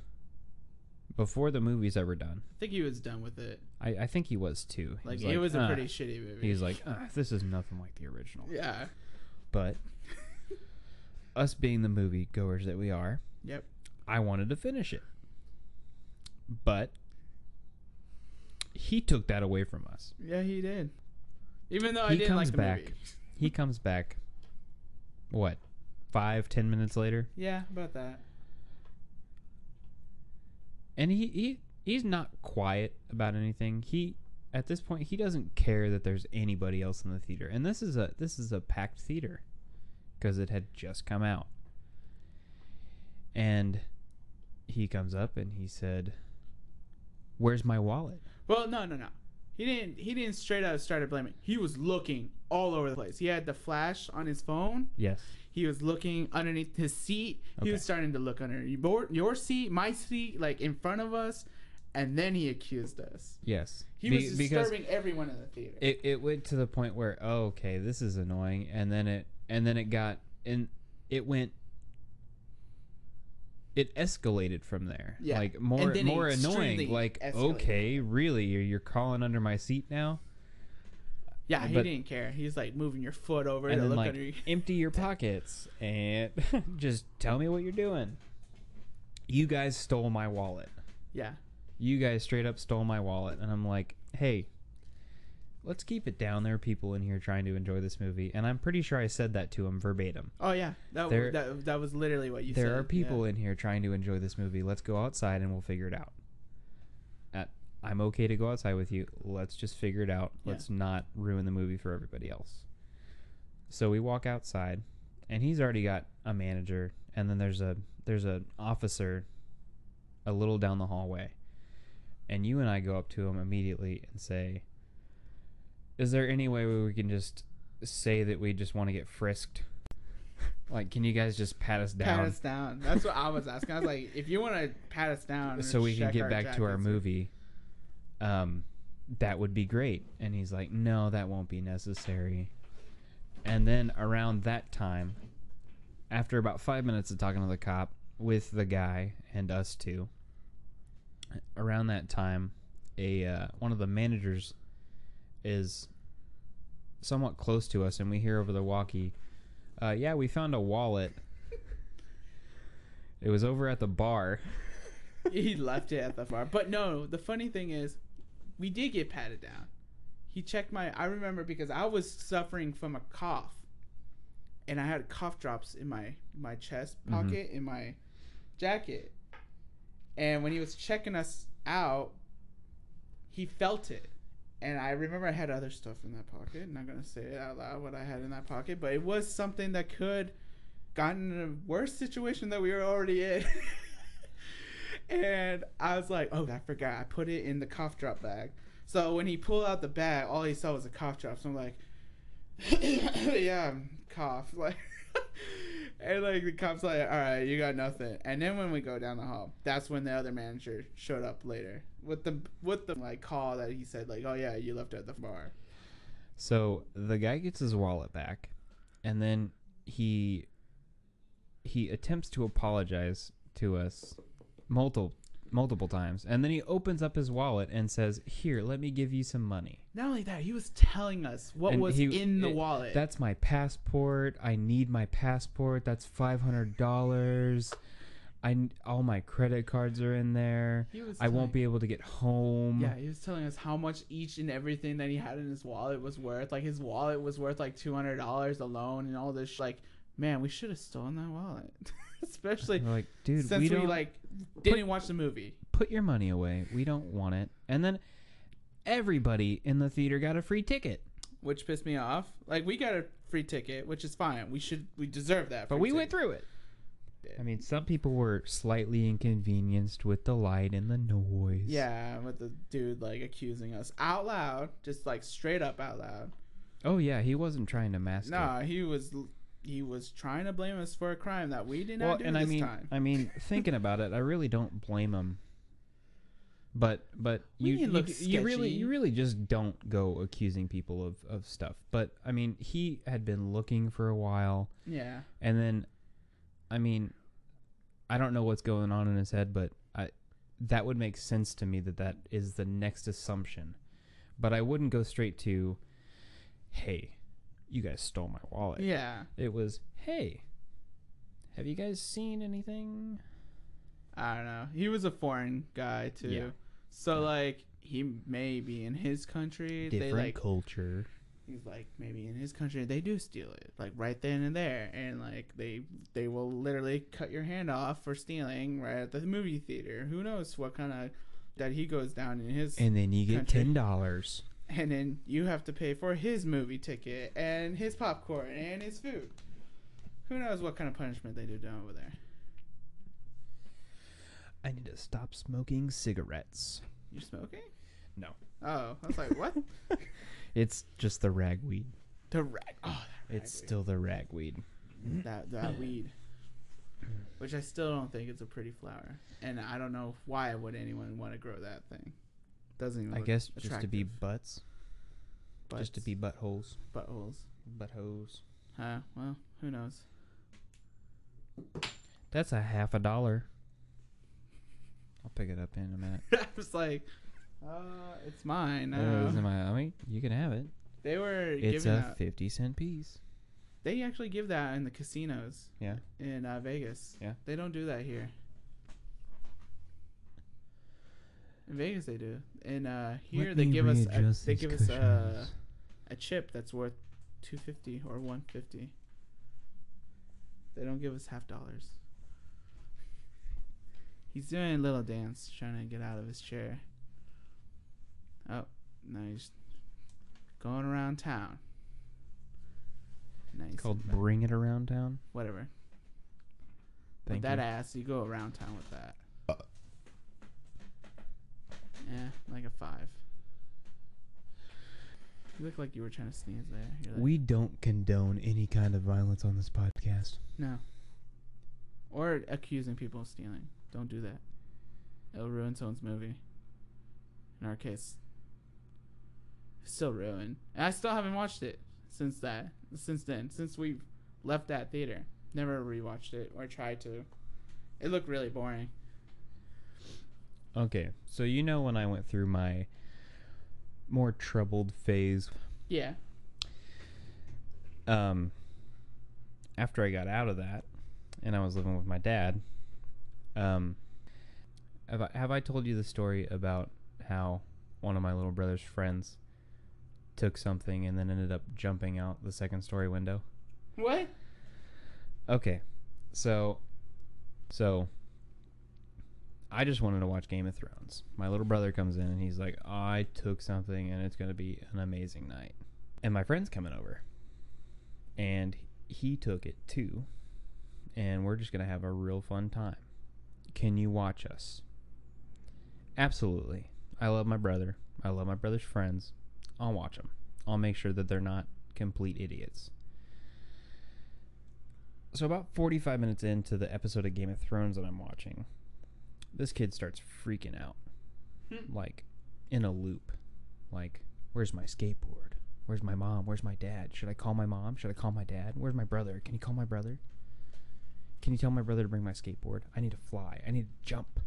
Before the movie's ever done. I think he was done with it. I, I think he was too. He Like, it was a "Ah." pretty shitty movie. He's like, "Ah, this is nothing like the original. <laughs> yeah. <laughs> But us being the moviegoers that we are, Yep. I wanted to finish it. But he took that away from us. Yeah, he did. Even though I He didn't comes like the back. movie. <laughs> He comes back, what, five, ten minutes later? Yeah, about that. And he, he he's not quiet about anything. He at this point he doesn't care that there's anybody else in the theater. And this is a this is a packed theater because it had just come out. And he comes up and he said, "Where's my wallet?" Well, no, no, no. He didn't. He didn't straight out started blaming. He was looking all over the place. He had the flash on his phone. Yes. He was looking underneath his seat. He Okay. was starting to look under your, your seat, my seat, like in front of us, and then he accused us. Yes. He Be- was disturbing everyone in the theater. it, it went to the point where oh, okay this is annoying and then it and then it got and it went it escalated from there Yeah. like more then it more extremely annoying like escalated. okay really you're, you're crawling under my seat now yeah, he but- didn't care. He's like moving your foot over and to then look like under. You. <laughs> empty your pockets and <laughs> just tell me what you're doing you guys stole my wallet Yeah, you guys straight up stole my wallet and i'm like hey let's keep it down there are people in here trying to enjoy this movie and i'm pretty sure i said that to him verbatim Oh yeah, that, There- w that that was literally what you said. there are people Yeah. in here trying to enjoy this movie let's go outside and we'll figure it out Uh, i'm okay to go outside with you let's just figure it out Yeah. let's not ruin the movie for everybody else so we walk outside and he's already got a manager and then there's a there's an officer a little down the hallway. And you and I go up to him immediately and say, Is there any way we can just say that we just want to get frisked? <laughs> like, can you guys just pat us down Pat us down. That's what I was asking. I was like, if you want to pat us down, <laughs> so we can check get back to our jackets. movie? Um, that would be great. And he's like, No, that won't be necessary. And then around that time, after about five minutes of talking to the cop with the guy and us two, around that time, a uh, one of the managers is somewhat close to us, and we hear over the walkie, uh, "Yeah, we found <laughs> a wallet. it was over at the bar." <laughs> he left it at the bar. But no, the funny thing is, we did get patted down. He checked my. I remember because I was suffering from a cough, and I had cough drops in my my chest Mhm. pocket in my jacket. And when he was checking us out, he felt it. And I remember I had other stuff in that pocket. not gonna say it out loud what I had in that pocket, but it was something that could gotten in a worse situation that we were already in. <laughs> and I was like, oh, I forgot. I put it in the cough drop bag. So when he pulled out the bag, all he saw was a cough drop. So I'm like, <coughs> yeah, cough. <laughs> Like, and like the cop's like, all right, you got nothing. And then when we go down the hall, that's when the other manager showed up later with the with the like call that he said like, oh yeah, you left it at the bar. So the guy gets his wallet back, and then he he attempts to apologize to us multiple multiple times, and then he opens up his wallet and says, "Here, let me give you some money. Not only that, he was telling us what And was he- in the it- wallet. That's my passport. I need my passport. That's five hundred dollars. I n- all my credit cards are in there. he was I won't telling- be able to get home." Yeah, he was telling us how much each and everything that he had in his wallet was worth. Like his wallet was worth like two hundred dollars alone, and all this. Sh- like, man, we should have stolen that wallet, <laughs> especially We're like, Uh, dude, since we we, don't like didn't watch the movie. put your money away. We don't want it. And then everybody in the theater got a free ticket. which pissed me off. Like we got a free ticket, which is fine. We should we deserve that. But free we ticket. went through it. I mean, some people were slightly inconvenienced with the light and the noise. Yeah, with the dude like accusing us out loud, just like straight up out loud. Oh yeah, he wasn't trying to mask it. No, he was he was trying to blame us for a crime that we did not Well, do and this I mean, time. <laughs> I mean, thinking about it, I really don't blame him. But but We you didn't you, look d- you really sketchy. you really just don't go accusing people of of stuff. But I mean, he had been looking for a while. yeah, And then, I mean, I don't know what's going on in his head, but I that would make sense to me that that is the next assumption. But I wouldn't go straight to, "Hey, you guys stole my wallet." yeah. It was, "Hey, have you guys seen anything?" I don't know. He was a foreign guy too, Yeah. so Yeah. like he may be in his country. They Different like culture. he's like maybe in his country they do steal it like right then and there and like they they will literally cut your hand off for stealing right at the movie theater who knows what kind of that he goes down in his and, And then you get Country. ten dollars. then you have to pay for his movie ticket and his popcorn and his food who knows what kind of punishment they do down over there I need to stop smoking cigarettes. you smoking No. oh i was like what It's just <laughs> the ragweed. the rag oh that It's ragweed. still the ragweed. that that weed, which I still don't think it's a pretty flower, and I don't know why would anyone want to grow that thing. Doesn't even. I look guess just to be attractive, butts, but just to be buttholes. buttholes. Buttholes. Huh? Well, who knows? <laughs> That's a half a dollar. I'll pick it up in a minute. I was like, uh, it's mine. There it Now. is in my, I mean, you can have it. they were It's giving a that. 50 cent piece. They actually give that in the casinos. Yeah. In uh, Vegas. Yeah. They don't do that here. In Vegas they do. In uh, here they give us a, they give us a, a chip that's worth 250 or 150 they don't give us half dollars he's doing a little dance trying to get out of his chair oh now he's going around town nice It's called Bring It Around Town. whatever Thank with that you. ass you go around town with that Yeah, like a five. You look like you were trying to sneeze there. You're like, We don't condone any kind of violence on this podcast. no. Or accusing people of stealing. Don't do that. It'll ruin someone's movie. In our case, it's still ruined. And I still haven't watched it since that. Since then, since we've left that theater, never rewatched it or tried to. It looked really boring. Okay, so you know when I went through my more troubled phase, Yeah. um, after I got out of that, and I was living with my dad, um, have I, have I told you the story about how one of my little brother's friends took something and then ended up jumping out the second story window? What? <laughs> Okay, so, so, I just wanted to watch Game of Thrones. My little brother comes in and he's like, "I took something and it's gonna be an amazing night." And my friend's coming over, and he took it too, and we're just gonna have a real fun time. Can you watch us? Absolutely. I love my brother. I love my brother's friends. I'll watch them. I'll make sure that they're not complete idiots so about 45 minutes into the episode of Game of Thrones that I'm watching, this kid starts freaking out. Hmm. Like in a loop. Like, where's my skateboard? Where's my mom? Where's my dad? Should I call my mom? Should I call my dad? Where's my brother? Can you call my brother? Can you tell my brother to bring my skateboard? I need to fly. I need to jump.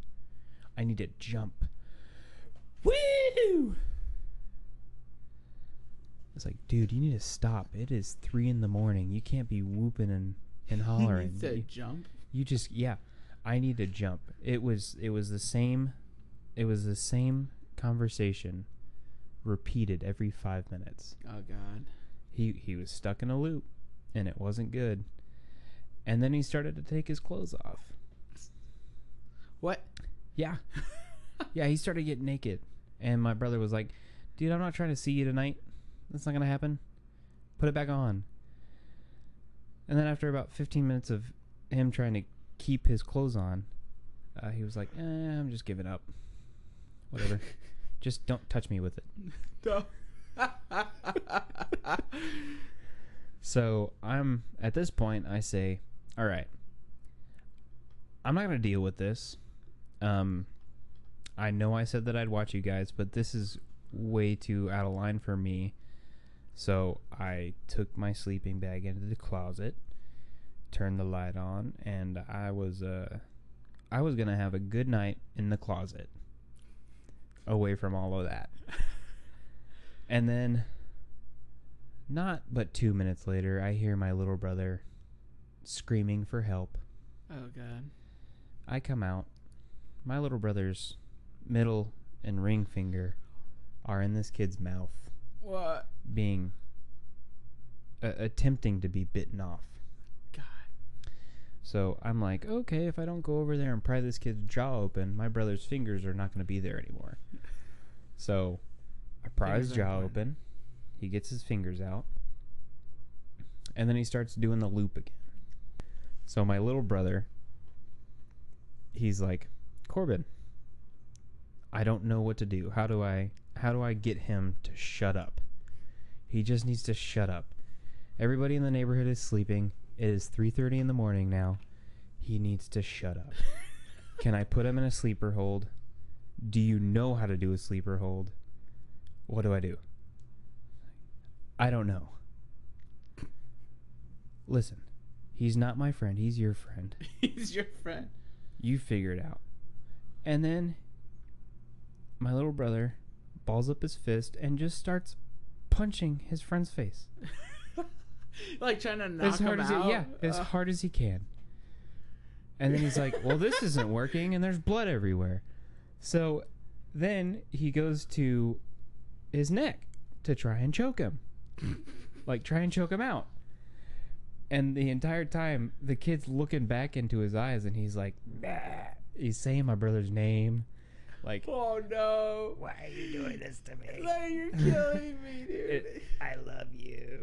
I need to jump. Woo! It's like, dude, you need to stop. It is three in the morning. You can't be whooping and, and <laughs> hollering. He You- said jump. you just yeah i need to jump it was it was the same it was the same conversation repeated every five minutes Oh God. he he was stuck in a loop and it wasn't good and then he started to take his clothes off What? yeah yeah he started getting naked and my brother was like dude i'm not trying to see you tonight that's not gonna happen put it back on and then after about 15 minutes of him trying to keep his clothes on uh, he was like eh, i'm just giving up whatever just don't touch me with it No. So I'm at this point. I say, all right, I'm not gonna deal with this. Um, I know I said that I'd watch you guys, but this is way too out of line for me. So I took my sleeping bag into the closet, turned the light on, and I was uh, I was gonna have a good night in the closet, away from all of that. And then, not but two minutes later, I hear my little brother screaming for help. <laughs> oh God. I come out. My little brother's middle and ring finger are in this kid's mouth, What? being uh, attempting to be bitten off. God. <laughs> So I'm like, okay, if I don't go over there and pry this kid's jaw open, my brother's fingers are not going to be there anymore. So I pry his Fingers are jaw important. open. He gets his fingers out. And then he starts doing the loop again. So my little brother, he's like, Corbin, I don't know what to do. How do I how do I get him to shut up? He just needs to shut up. Everybody in the neighborhood is sleeping. It is 3:30 in the morning now. He needs to shut up. Can I put him in a sleeper hold? Do you know how to do a sleeper hold? What do I do? I don't know. Listen, he's not my friend, he's your friend. He's your friend. You figure it out. And then my little brother balls up his fist and just starts punching his friend's face. like trying to knock as hard him as out. He, yeah, <laughs> as Uh, hard as he can. And then he's like, "Well, this isn't working, and there's blood everywhere." So then he goes to his neck to try and choke him, like try and choke him out. And the entire time, the kid's looking back into his eyes, and he's like, "Nah." he's saying my brother's name, like, Oh no. Why are you doing this to me? Like, you're killing <laughs> me, dude. It- I love you.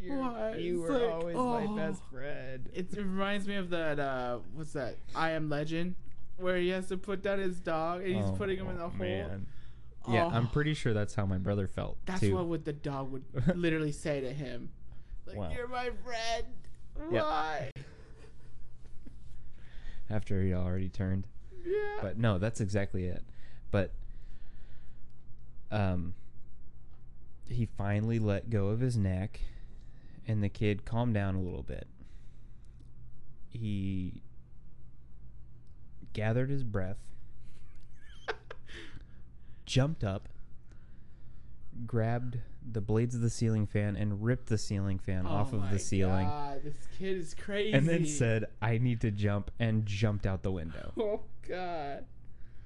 You're, Why? You It's were like, always oh. my best friend. it reminds me of that. Uh, what's that? I am Legend, where he has to put down his dog and he's Oh, putting him in the hole. man. Yeah, Oh, I'm pretty sure that's how my brother felt That's too. what would the dog <laughs> would literally say to him, like, Wow. "You're my friend. Yeah. Why? after he already turned. Yeah. But no, that's exactly it. But um he finally let go of his neck and the kid calmed down a little bit. He gathered <laughs> his breath, jumped up, grabbed the blades of the ceiling fan and ripped the ceiling fan off Oh of my the ceiling God, this kid is crazy. and then said, "I need to jump," and jumped out the window. "Oh God."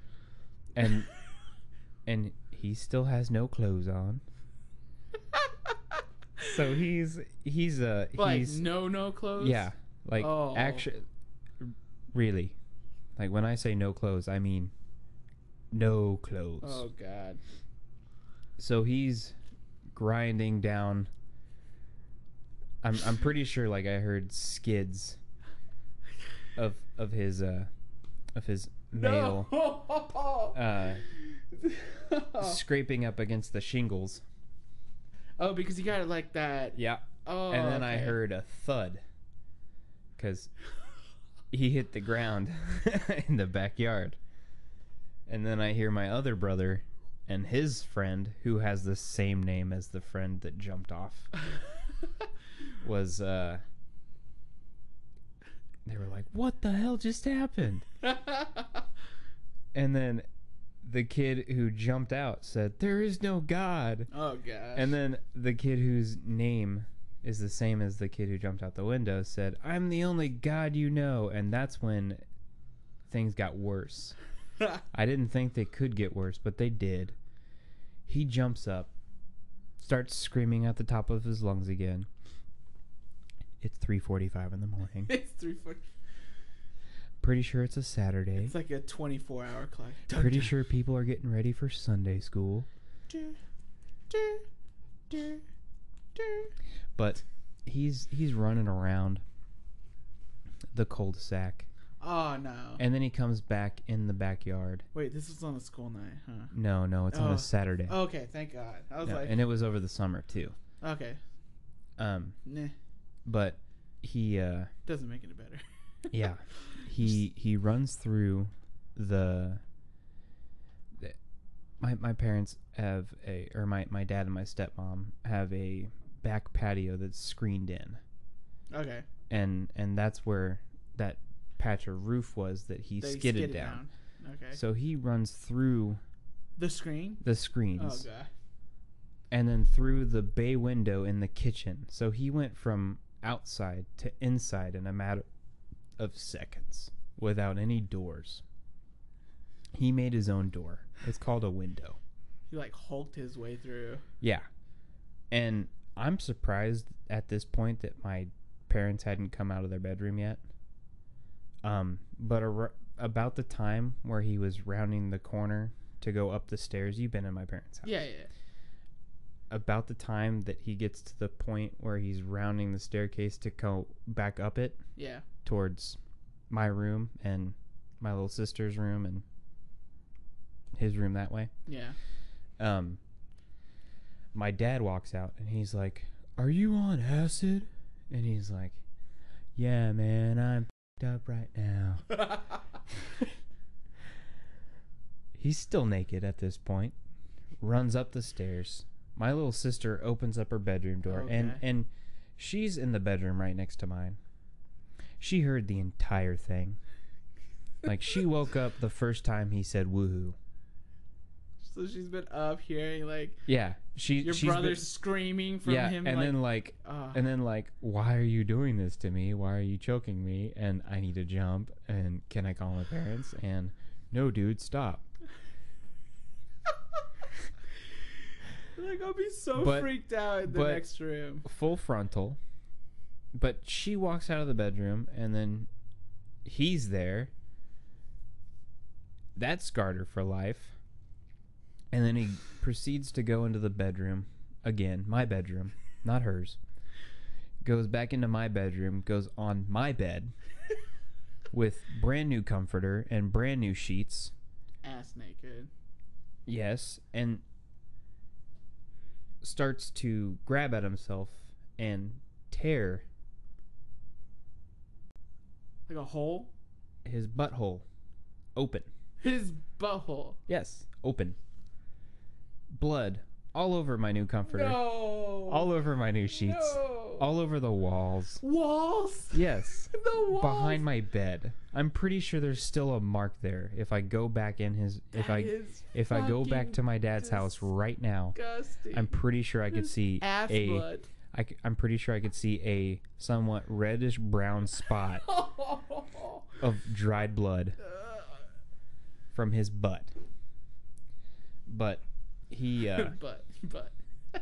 <laughs> and and he still has no clothes on. So he's he's uh like he's no no clothes. yeah like Oh. actually really like when I say no clothes I mean no clothes. Oh God. So he's grinding down. I'm I'm pretty sure like I heard skids of of his uh of his mail No. <laughs> uh scraping up against the shingles. oh, because he got it like that. Yeah. Oh. and then I okay. heard a thud because he hit the ground <laughs> in the backyard. And then I hear my other brother and his friend, who has the same name as the friend that jumped off, was, uh, they were like, What the hell just happened? And then the kid who jumped out said, There is no God. <laughs> oh God. And then the kid whose name is the same as the kid who jumped out the window said, I'm the only God you know. And that's when things got worse. I didn't think they could get worse, but they did. He jumps up, starts screaming at the top of his lungs again. It's 3:45 in the morning. <laughs> it's three foot. Pretty sure it's a Saturday. It's like a twenty-four hour clock. Dun, Pretty dun, sure people are getting ready for Sunday school. dun, dun, dun, dun. But he's he's running around the cul-de-sac. Oh no. And then he comes back in the backyard. Wait, this was on a school night, huh? No, no, it's on Oh. a Saturday. Okay, thank God. I was No, like, and it was over the summer too. okay, Um, nah, but he, uh, doesn't make it better. <laughs> yeah, he he runs through the. the- My my parents have a, or my my dad and my stepmom have a back patio that's screened in, Okay, and and that's where that patch of roof was that he They skidded, down. Okay, So he runs through the screen. the Oh screens. God. and then through the bay window in the kitchen. So he went from outside to inside in a matter of seconds without any doors. He made his own door. It's called a window. He like hulked his way through. Yeah. And I'm surprised at this point that my parents hadn't come out of their bedroom yet. Um, but ar- about the time where he was rounding the corner to go up the stairs, you've been in my parents' house Yeah, yeah. about the time that he gets to the point where he's rounding the staircase to go back up it Yeah. towards my room and my little sister's room and his room that way. Yeah. Um, my dad walks out and he's like, "Are you on acid?" And he's like, "Yeah, man, I'm fed up right now." He's still naked at this point. Runs up the stairs. My little sister opens up her bedroom door and Okay. and she's in the bedroom right next to mine. She heard the entire thing. Like she woke up the first time he <laughs> said woohoo. <laughs> so she's been up hearing like Yeah, she your she's been- brother screaming from yeah, him. and like, then like ah. and then like why are you doing this to me? Why are you choking me? And I need to jump and can I call my parents? And no dude, stop. like I'll be so But- freaked out in the but- next room. full frontal. But she walks out of the bedroom and then he's there. That scarred her for life. And then he proceeds to go into the bedroom again, my bedroom, not hers. Goes back into my bedroom, goes on my bed with brand new comforter and brand new sheets. Ass naked. Yes, and starts to grab at himself and tear Like a hole? <laughs> his butthole open. His butthole. Yes, open. Blood all over my new comforter, No. all over my new sheets, No. all over the walls. <laughs> walls. Yes, <laughs> the walls. behind my bed. I'm pretty sure there's still a mark there. If I go back in his, if That I is if I go back fucking to my dad's house right now, disgusting. I'm pretty sure I could There's see ass a. <laughs> blood. <laughs> I, am pretty sure I could see a somewhat reddish brown <laughs> spot of dried blood from his butt. But <laughs> he, uh, but but I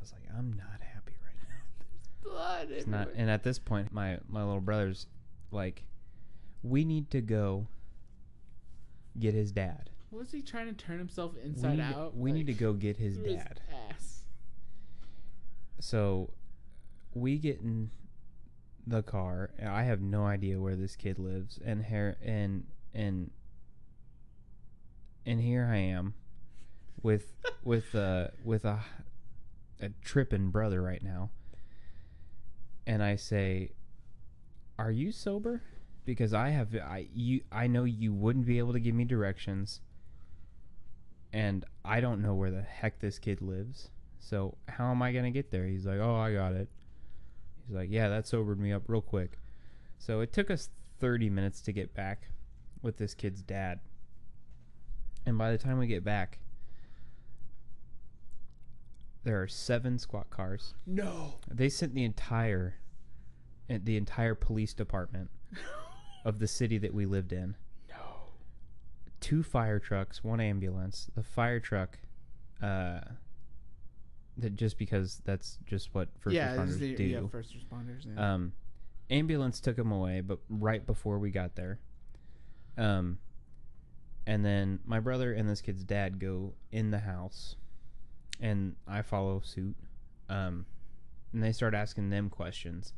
was like, I'm not happy right now. blood. It's not. And at this point, my my little brother's like, we need to go get his dad. Was he trying to turn himself We inside need- out? We need to Like, go get his through dad. ass. So we get in the car. and I have no idea where this kid lives, and here and and and here I am with with uh with a a tripping brother right now. And I say, "Are you sober?" Because I have I you I know you wouldn't be able to give me directions. And I don't know where the heck this kid lives. So how am I gonna get there? He's like, oh, I got it. He's like, yeah, that sobered me up real quick. So it took us 30 minutes to get back with this kid's dad. And by the time we get back, there are seven squad cars. <laughs> No. They sent the entire, eh, the entire police department of the city that we lived in no. two fire trucks, one ambulance. The fire truck, uh, that just because that's just what first yeah, this responders is the- do. yeah, first responders. Yeah. Um, ambulance took him away, but right before we got there, um, and then my brother and this kid's dad go in the house, and I follow suit. Um, and they start asking them questions.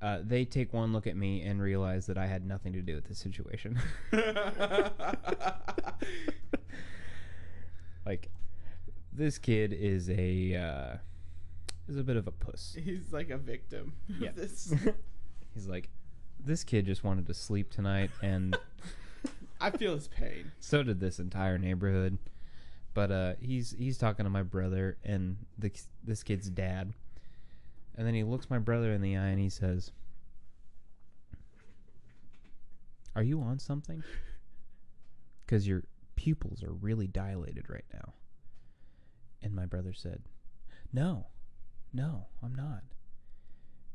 Uh, they take one look at me and realize that I had nothing to do with the situation. <laughs> Uh. like, this kid is a uh, is a bit of a puss. <laughs> He's like a victim. of Yeah. This. He's like, this kid just wanted to sleep tonight, and I feel his pain. <laughs> so did this entire neighborhood. But uh, he's he's talking to my brother and the, k- this kid's dad, and then he looks my brother in the eye and he says, "Are you on something? Because your pupils are really dilated right now." And my brother said, "No, no, I'm not."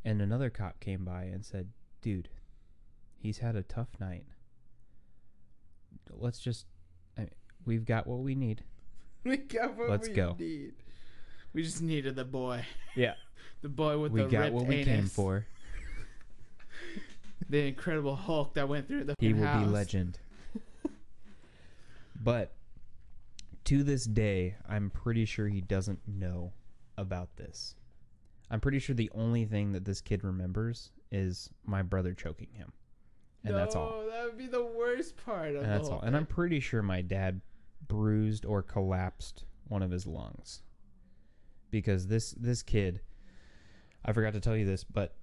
And another cop came by and said, "Dude, he's had a tough night." let's just I we've got what we need We got what Let's we go. need. We just needed the boy. Yeah. The boy with we the got ripped what we came anus. for The Incredible Hulk that went through the. he will house. <laughs> be legend but to this day i'm pretty sure he doesn't know about this i'm pretty sure the only thing that this kid remembers is my brother choking him and that's all No, That would be the worst part of and the that's whole all and i'm thing. pretty sure my dad bruised or collapsed one of his lungs because this this kid i forgot to tell you this but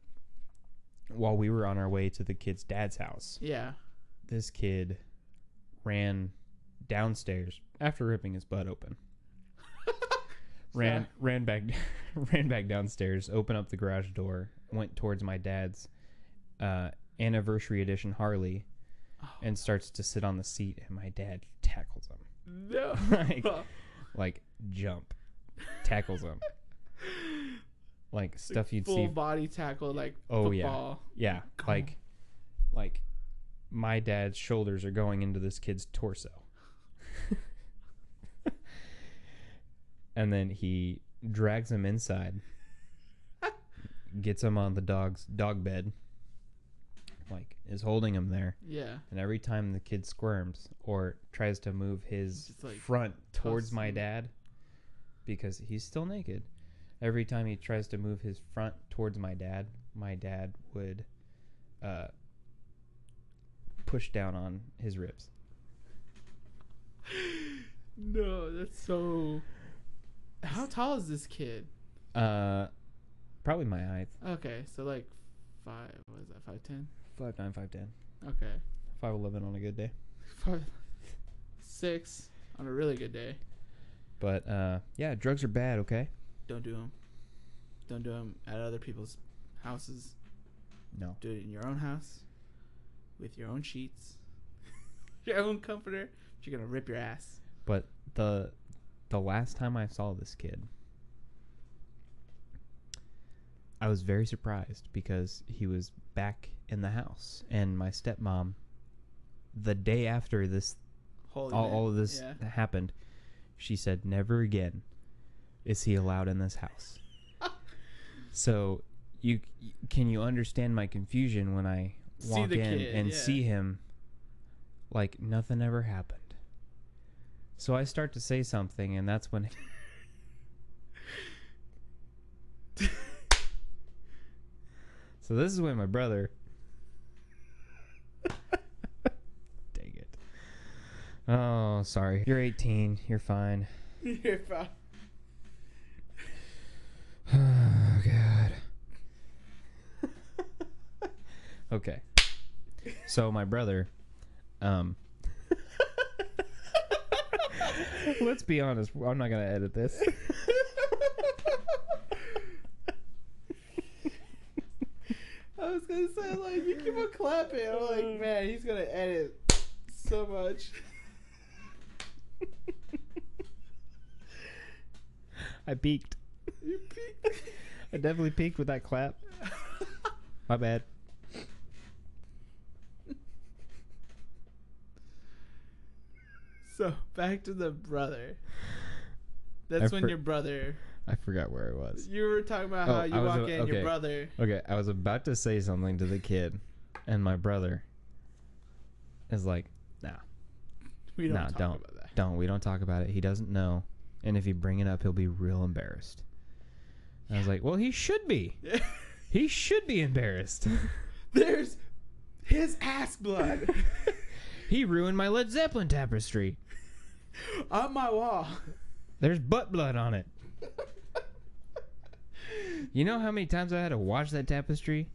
while we were on our way to the kid's dad's house Yeah. this kid ran downstairs after ripping his butt open <laughs> ran ran back <laughs> ran back downstairs opened up the garage door went towards my dad's uh, anniversary edition harley Oh. and starts to sit on the seat and my dad tackles him <laughs> No. <laughs> Like- like jump tackles him like stuff you'd Full see body tackle like Oh, yeah. football. yeah Come like like my dad's shoulders are going into this kid's torso and then he drags him inside gets him on the dog's dog bed like is holding him there Yeah. And every time the kid squirms or tries to move his Just, like, front towards my him. dad, because he's still naked, every time he tries to move his front towards my dad, my dad would uh, push down on his ribs. no, that's so. How tall is this kid? Uh, probably my height. Okay, so like five. What is that? Five ten? Five nine, five ten, Okay, five eleven on a good day. five six on a really good day. But uh, yeah, drugs are bad. Okay. Don't do them. Don't do them at other people's houses. No. Do it in your own house, with your own sheets, <laughs> your own comforter. But you're gonna rip your ass. But the the last time I saw this kid, I was very surprised because he was back in the house, and my stepmom, the day after this Holy all, man. all of this Oh, Yeah. <laughs> happened, she said, "Never again is he allowed in this house." so, you can you understand my confusion when I See walk the in kid, and yeah. see him like nothing ever happened. So I start to say something, and that's when <laughs> So this is when <laughs> my brother. Dang it. Oh, sorry. You're 18. You're fine. You're <laughs> fine. <laughs> Oh, God. okay. So my brother, um, let's be honest. I'm not gonna edit this. I was gonna say like you keep on clapping. I'm Mm. like, man, he's gonna edit so much. I peaked. You peeked. I definitely peaked with that clap. My bad. so back to the brother. That's I when for- your brother. I forgot where I was. You were talking about Oh, how I you was walk a- in, okay. your brother. Okay, I was about to say something to the kid, and my brother is like, "Nah, We don't Nah, talk don't. about that. don't. We don't talk about it. He doesn't know, and if you bring it up, he'll be real embarrassed." And I was like, "Well, he should be. He should be embarrassed. <laughs> There's his ass <laughs> blood he ruined my Led Zeppelin tapestry. on my wall. There's butt blood on it. You know how many times I had to wash that tapestry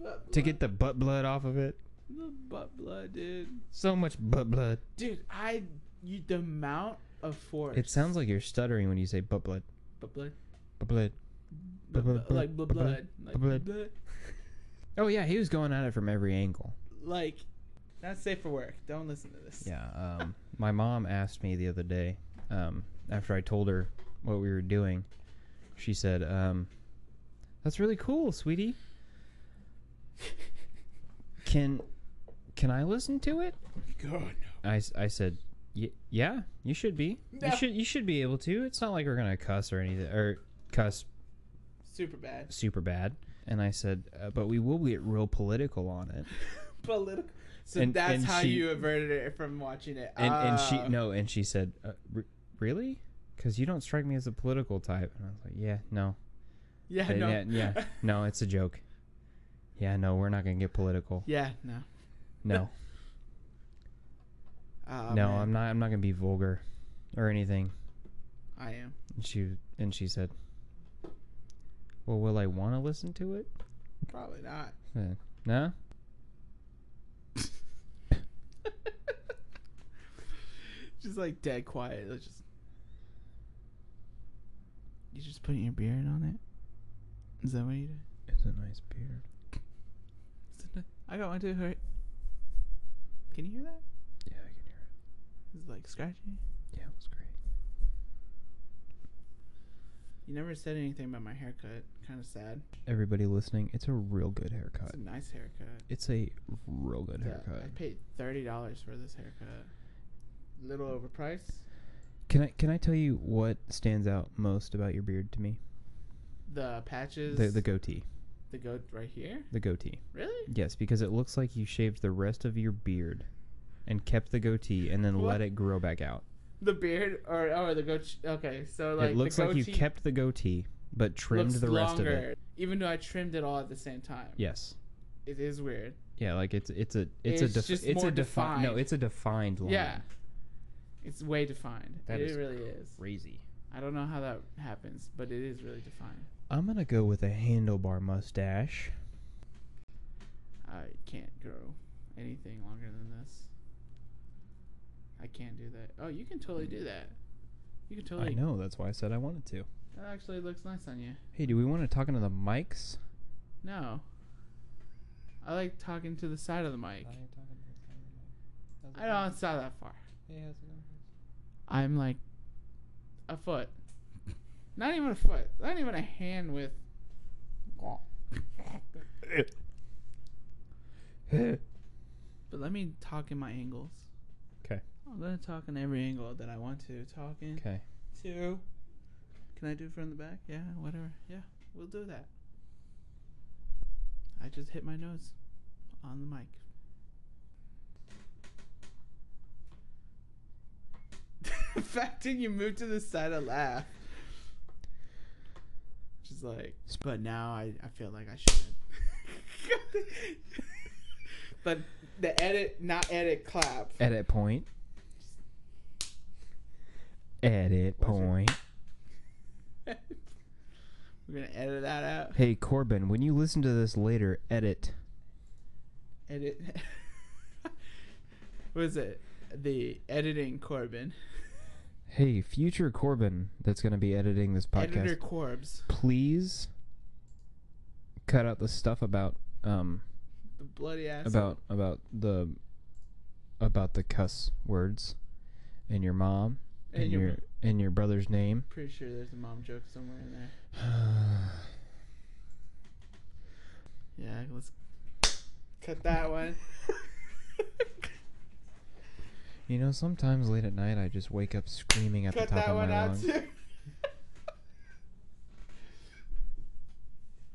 Butt to blood. get the butt blood off of it? the butt blood, dude. So much butt blood. Dude, I you the amount of force. It sounds like you're stuttering when you say butt blood. butt blood, Butt blood." butt Buh, buh, blood, like buh, butt buh, blood, like buh, blood. butt blood. Oh yeah, he was going at it from every angle. like not safe for work. Don't listen to this. Yeah. Um, my mom asked me the other day, um, after I told her what we were doing, she said, um, "That's really cool, sweetie. Can can I listen to it?" <laughs> God no. I, s- I said, y- "Yeah, you should be. No. You should you should be able to. It's not like we're gonna cuss or anything or cuss Super bad. super bad." And I said, uh, "But we will get real political on it." Political. So And- that's and how she- you averted it from watching it. and and she Ah. no and she said uh, "Re- really because you don't strike me as a political type and i was like yeah no <laughs> Yeah, Uh, no. yeah, yeah no it's a joke yeah no we're not gonna get political <laughs> Yeah, no. no <laughs> Oh, no man. i'm not i'm not gonna be vulgar or anything I am. and she and she said well will i want to listen to it Probably not. Uh, no Just like dead quiet. It's just You just putting your beard on it? Is that what you did? it's a nice beard I got one too, hurt. Can you hear that? yeah i can hear It's like scratching. it yeah it was great You never said anything about my haircut. Kind of sad. everybody listening it's a real good It's haircut a nice haircut. it's a real good Yeah, haircut I paid thirty dollars for this haircut. Little overpriced. Can I can I tell you what stands out most about your beard to me? The patches. The the goatee. the goat right here. The goatee. Really? Yes, because it looks like you shaved the rest of your beard and kept the goatee and then What? let it grow back out. The beard or oh the goat. Okay, so like it looks the like you goatee kept the goatee but trimmed looks the rest of it. longer, Even though I trimmed it all at the same time. Yes. It is weird. Yeah, like it's it's a It's it's, a defi- just it's more a defi- no, defined. it's a defined line. Yeah. It's way defined. That it is really is. Crazy. I don't know how that happens, but it is really defined. I'm gonna go with a handlebar mustache. I can't grow anything longer than this. I can't do that. Oh, you can totally do that. You can I totally. know. That's why I said I wanted to. That actually looks nice on you. Hey, do we want to talk into the mics? No. I like talking to the side of the mic. I don't sound that far. I'm like a foot. Not even a foot. Not even a hand with. But let me talk in my angles. 'Kay. I'm gonna talk in every angle that I want to talk in. Okay. Two. Can I do from the back? Yeah, whatever. Yeah, we'll do that. I just hit my nose on the mic. <laughs> The fact that you moved to the side of laugh. Just like, but now I, I feel like I should. <laughs> but the edit, not edit, clap. Edit point. Edit Was it- point. We're gonna edit that out. Hey Corbin, when you listen to this later, edit. edit <laughs> what is it the editing corbin Hey, future Corbin, that's gonna be editing this podcast. editor corbs Please cut out the stuff about um the bloody ass about about the about the cuss words and your mom and and you're your and your brother's name. <sighs> pretty sure there's a mom joke somewhere in there yeah let's cut that one <laughs> You know, sometimes late at night I just wake up screaming at cut the top that of one my out lungs. too <laughs>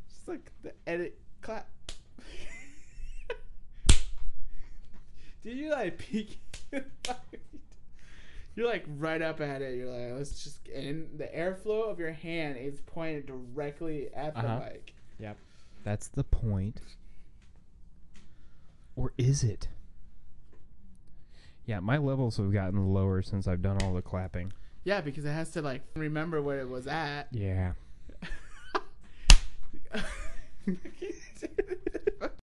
just like the edit clap <laughs> did you like peek <laughs> You're like right up at it. You're like, let's just and the airflow of your hand is pointed directly at the Uh-huh. mic. That's the point. Or is it? Yeah, my levels have gotten lower since I've done all the clapping. Yeah, because it has to like remember where it was at. Yeah. You're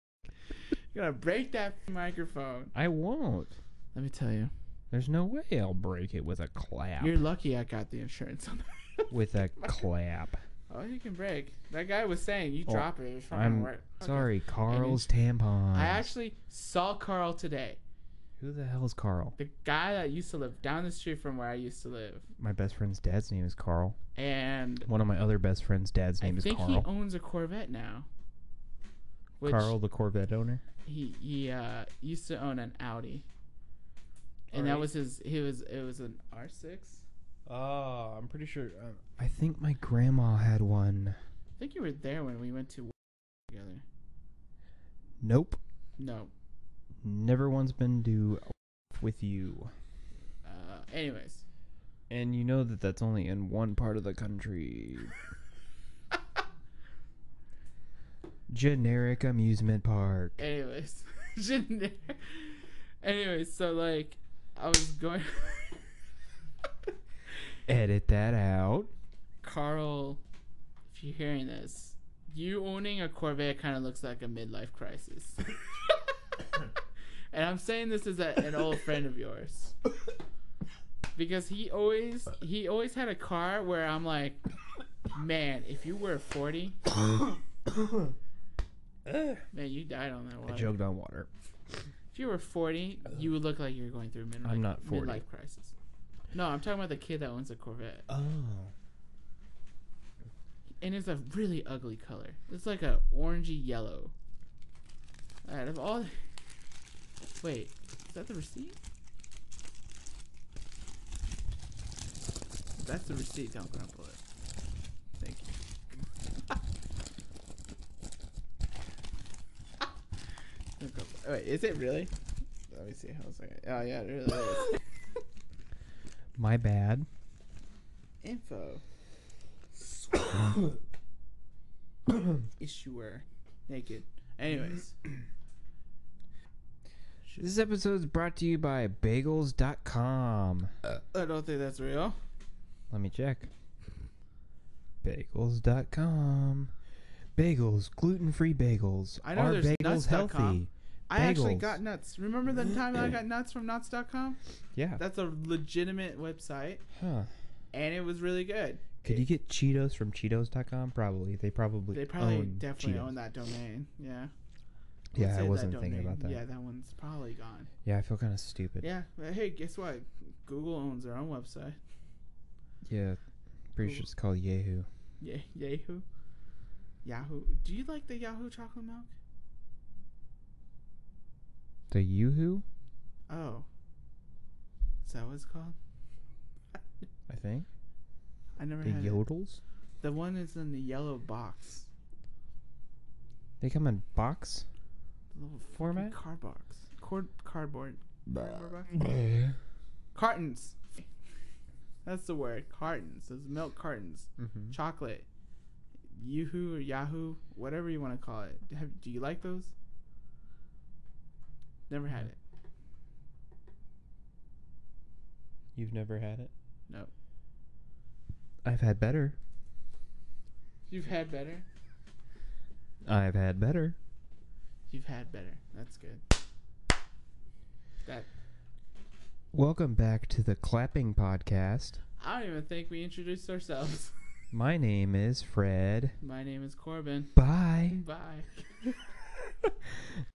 <laughs> gonna break that microphone. I won't. Let me tell you, There's no way I'll break it with a clap. you're lucky I got the <laughs> insurance on that. with a clap. oh, you can break. That guy was saying you Oh, drop it. It's not I'm gonna work. Okay. Sorry, Carl's tampon. I actually saw Carl today. Who the hell is Carl? The guy that used to live down the street from where I used to live. My best friend's dad's name is Carl. And One of my other best friend's dad's name I is think Carl. he owns a Corvette now. Which Carl, the Corvette owner. he he uh, used to own an Audi. And that Alright. was his he was it was an R6. I Oh, I'm pretty sure. I think my grandma had one. think you were there when we went to together. Nope. No. Never once been to <laughs> with you. Uh, anyways, And you know that that's only in one part of the <laughs> country. Generic amusement park. anyways. <laughs> Shouldn't- anyways, so like I was going <laughs> Edit that out. Carl, if you're hearing this, you owning a Corvette kind of looks like a midlife crisis. and I'm saying this as a, an old friend of yours because he always he always had a car where I'm like, man, if you were 40, man, you died on that I one. joked on water. If you were 40, you would look like you're going through midlife, I'm not 40. midlife crisis. No, I'm talking about the kid that owns a Corvette. Oh. and it's a really ugly color. It's like a orangey yellow. Alright, of all. <laughs> Wait, is that the receipt? If That's the receipt. Don't crumple it. Thank you. Don't crumple it. <laughs> Wait, is it really? Let me see. Hold a second. Oh yeah, it really is. My <coughs> bad. Info. issuer naked. Anyways. This episode is brought to you by bagels.com. I don't think that's real. Let me check. Bagels.com. Bagels, gluten free bagels. I know Are there's nuts.com. bagels healthy? I actually Bagels. Mm. got nuts. Remember the time that I got nuts from nuts.com? Yeah. That's a legitimate website Huh. and it was really good. Could you get Cheetos from Cheetos.com? Probably. They probably They probably own definitely Cheetos. own that domain. Yeah. Let's Yeah, say I that wasn't thinking about that. Yeah, that one's probably gone. Yeah, I feel kind of stupid. Yeah. but hey, guess what? Google owns their own website. Yeah, pretty sure it's called Yahoo. Yeah, Yahoo. Yahoo. Do you like the Yahoo chocolate milk? The Yoohoo, Oh. Is that what it's called? I think. I never The had it. Yodels. The one is in the yellow box. They come in box. The little fucking Format? Card box. Cord, cardboard. Cardboard box? <laughs> mm-hmm. Cartons. That's the word. Cartons. Those milk cartons. Chocolate. Yoo-hoo or Yahoo, whatever you want to call it. Have, do you like those? Never had it. You've never had it? No. I've had better. You've had better. I've had better. You've had better. That's good. That Welcome back to the Clapping Podcast. I don't even think we introduced ourselves. <laughs> My name is Fred. <laughs> My name is Corbin. Bye. Bye.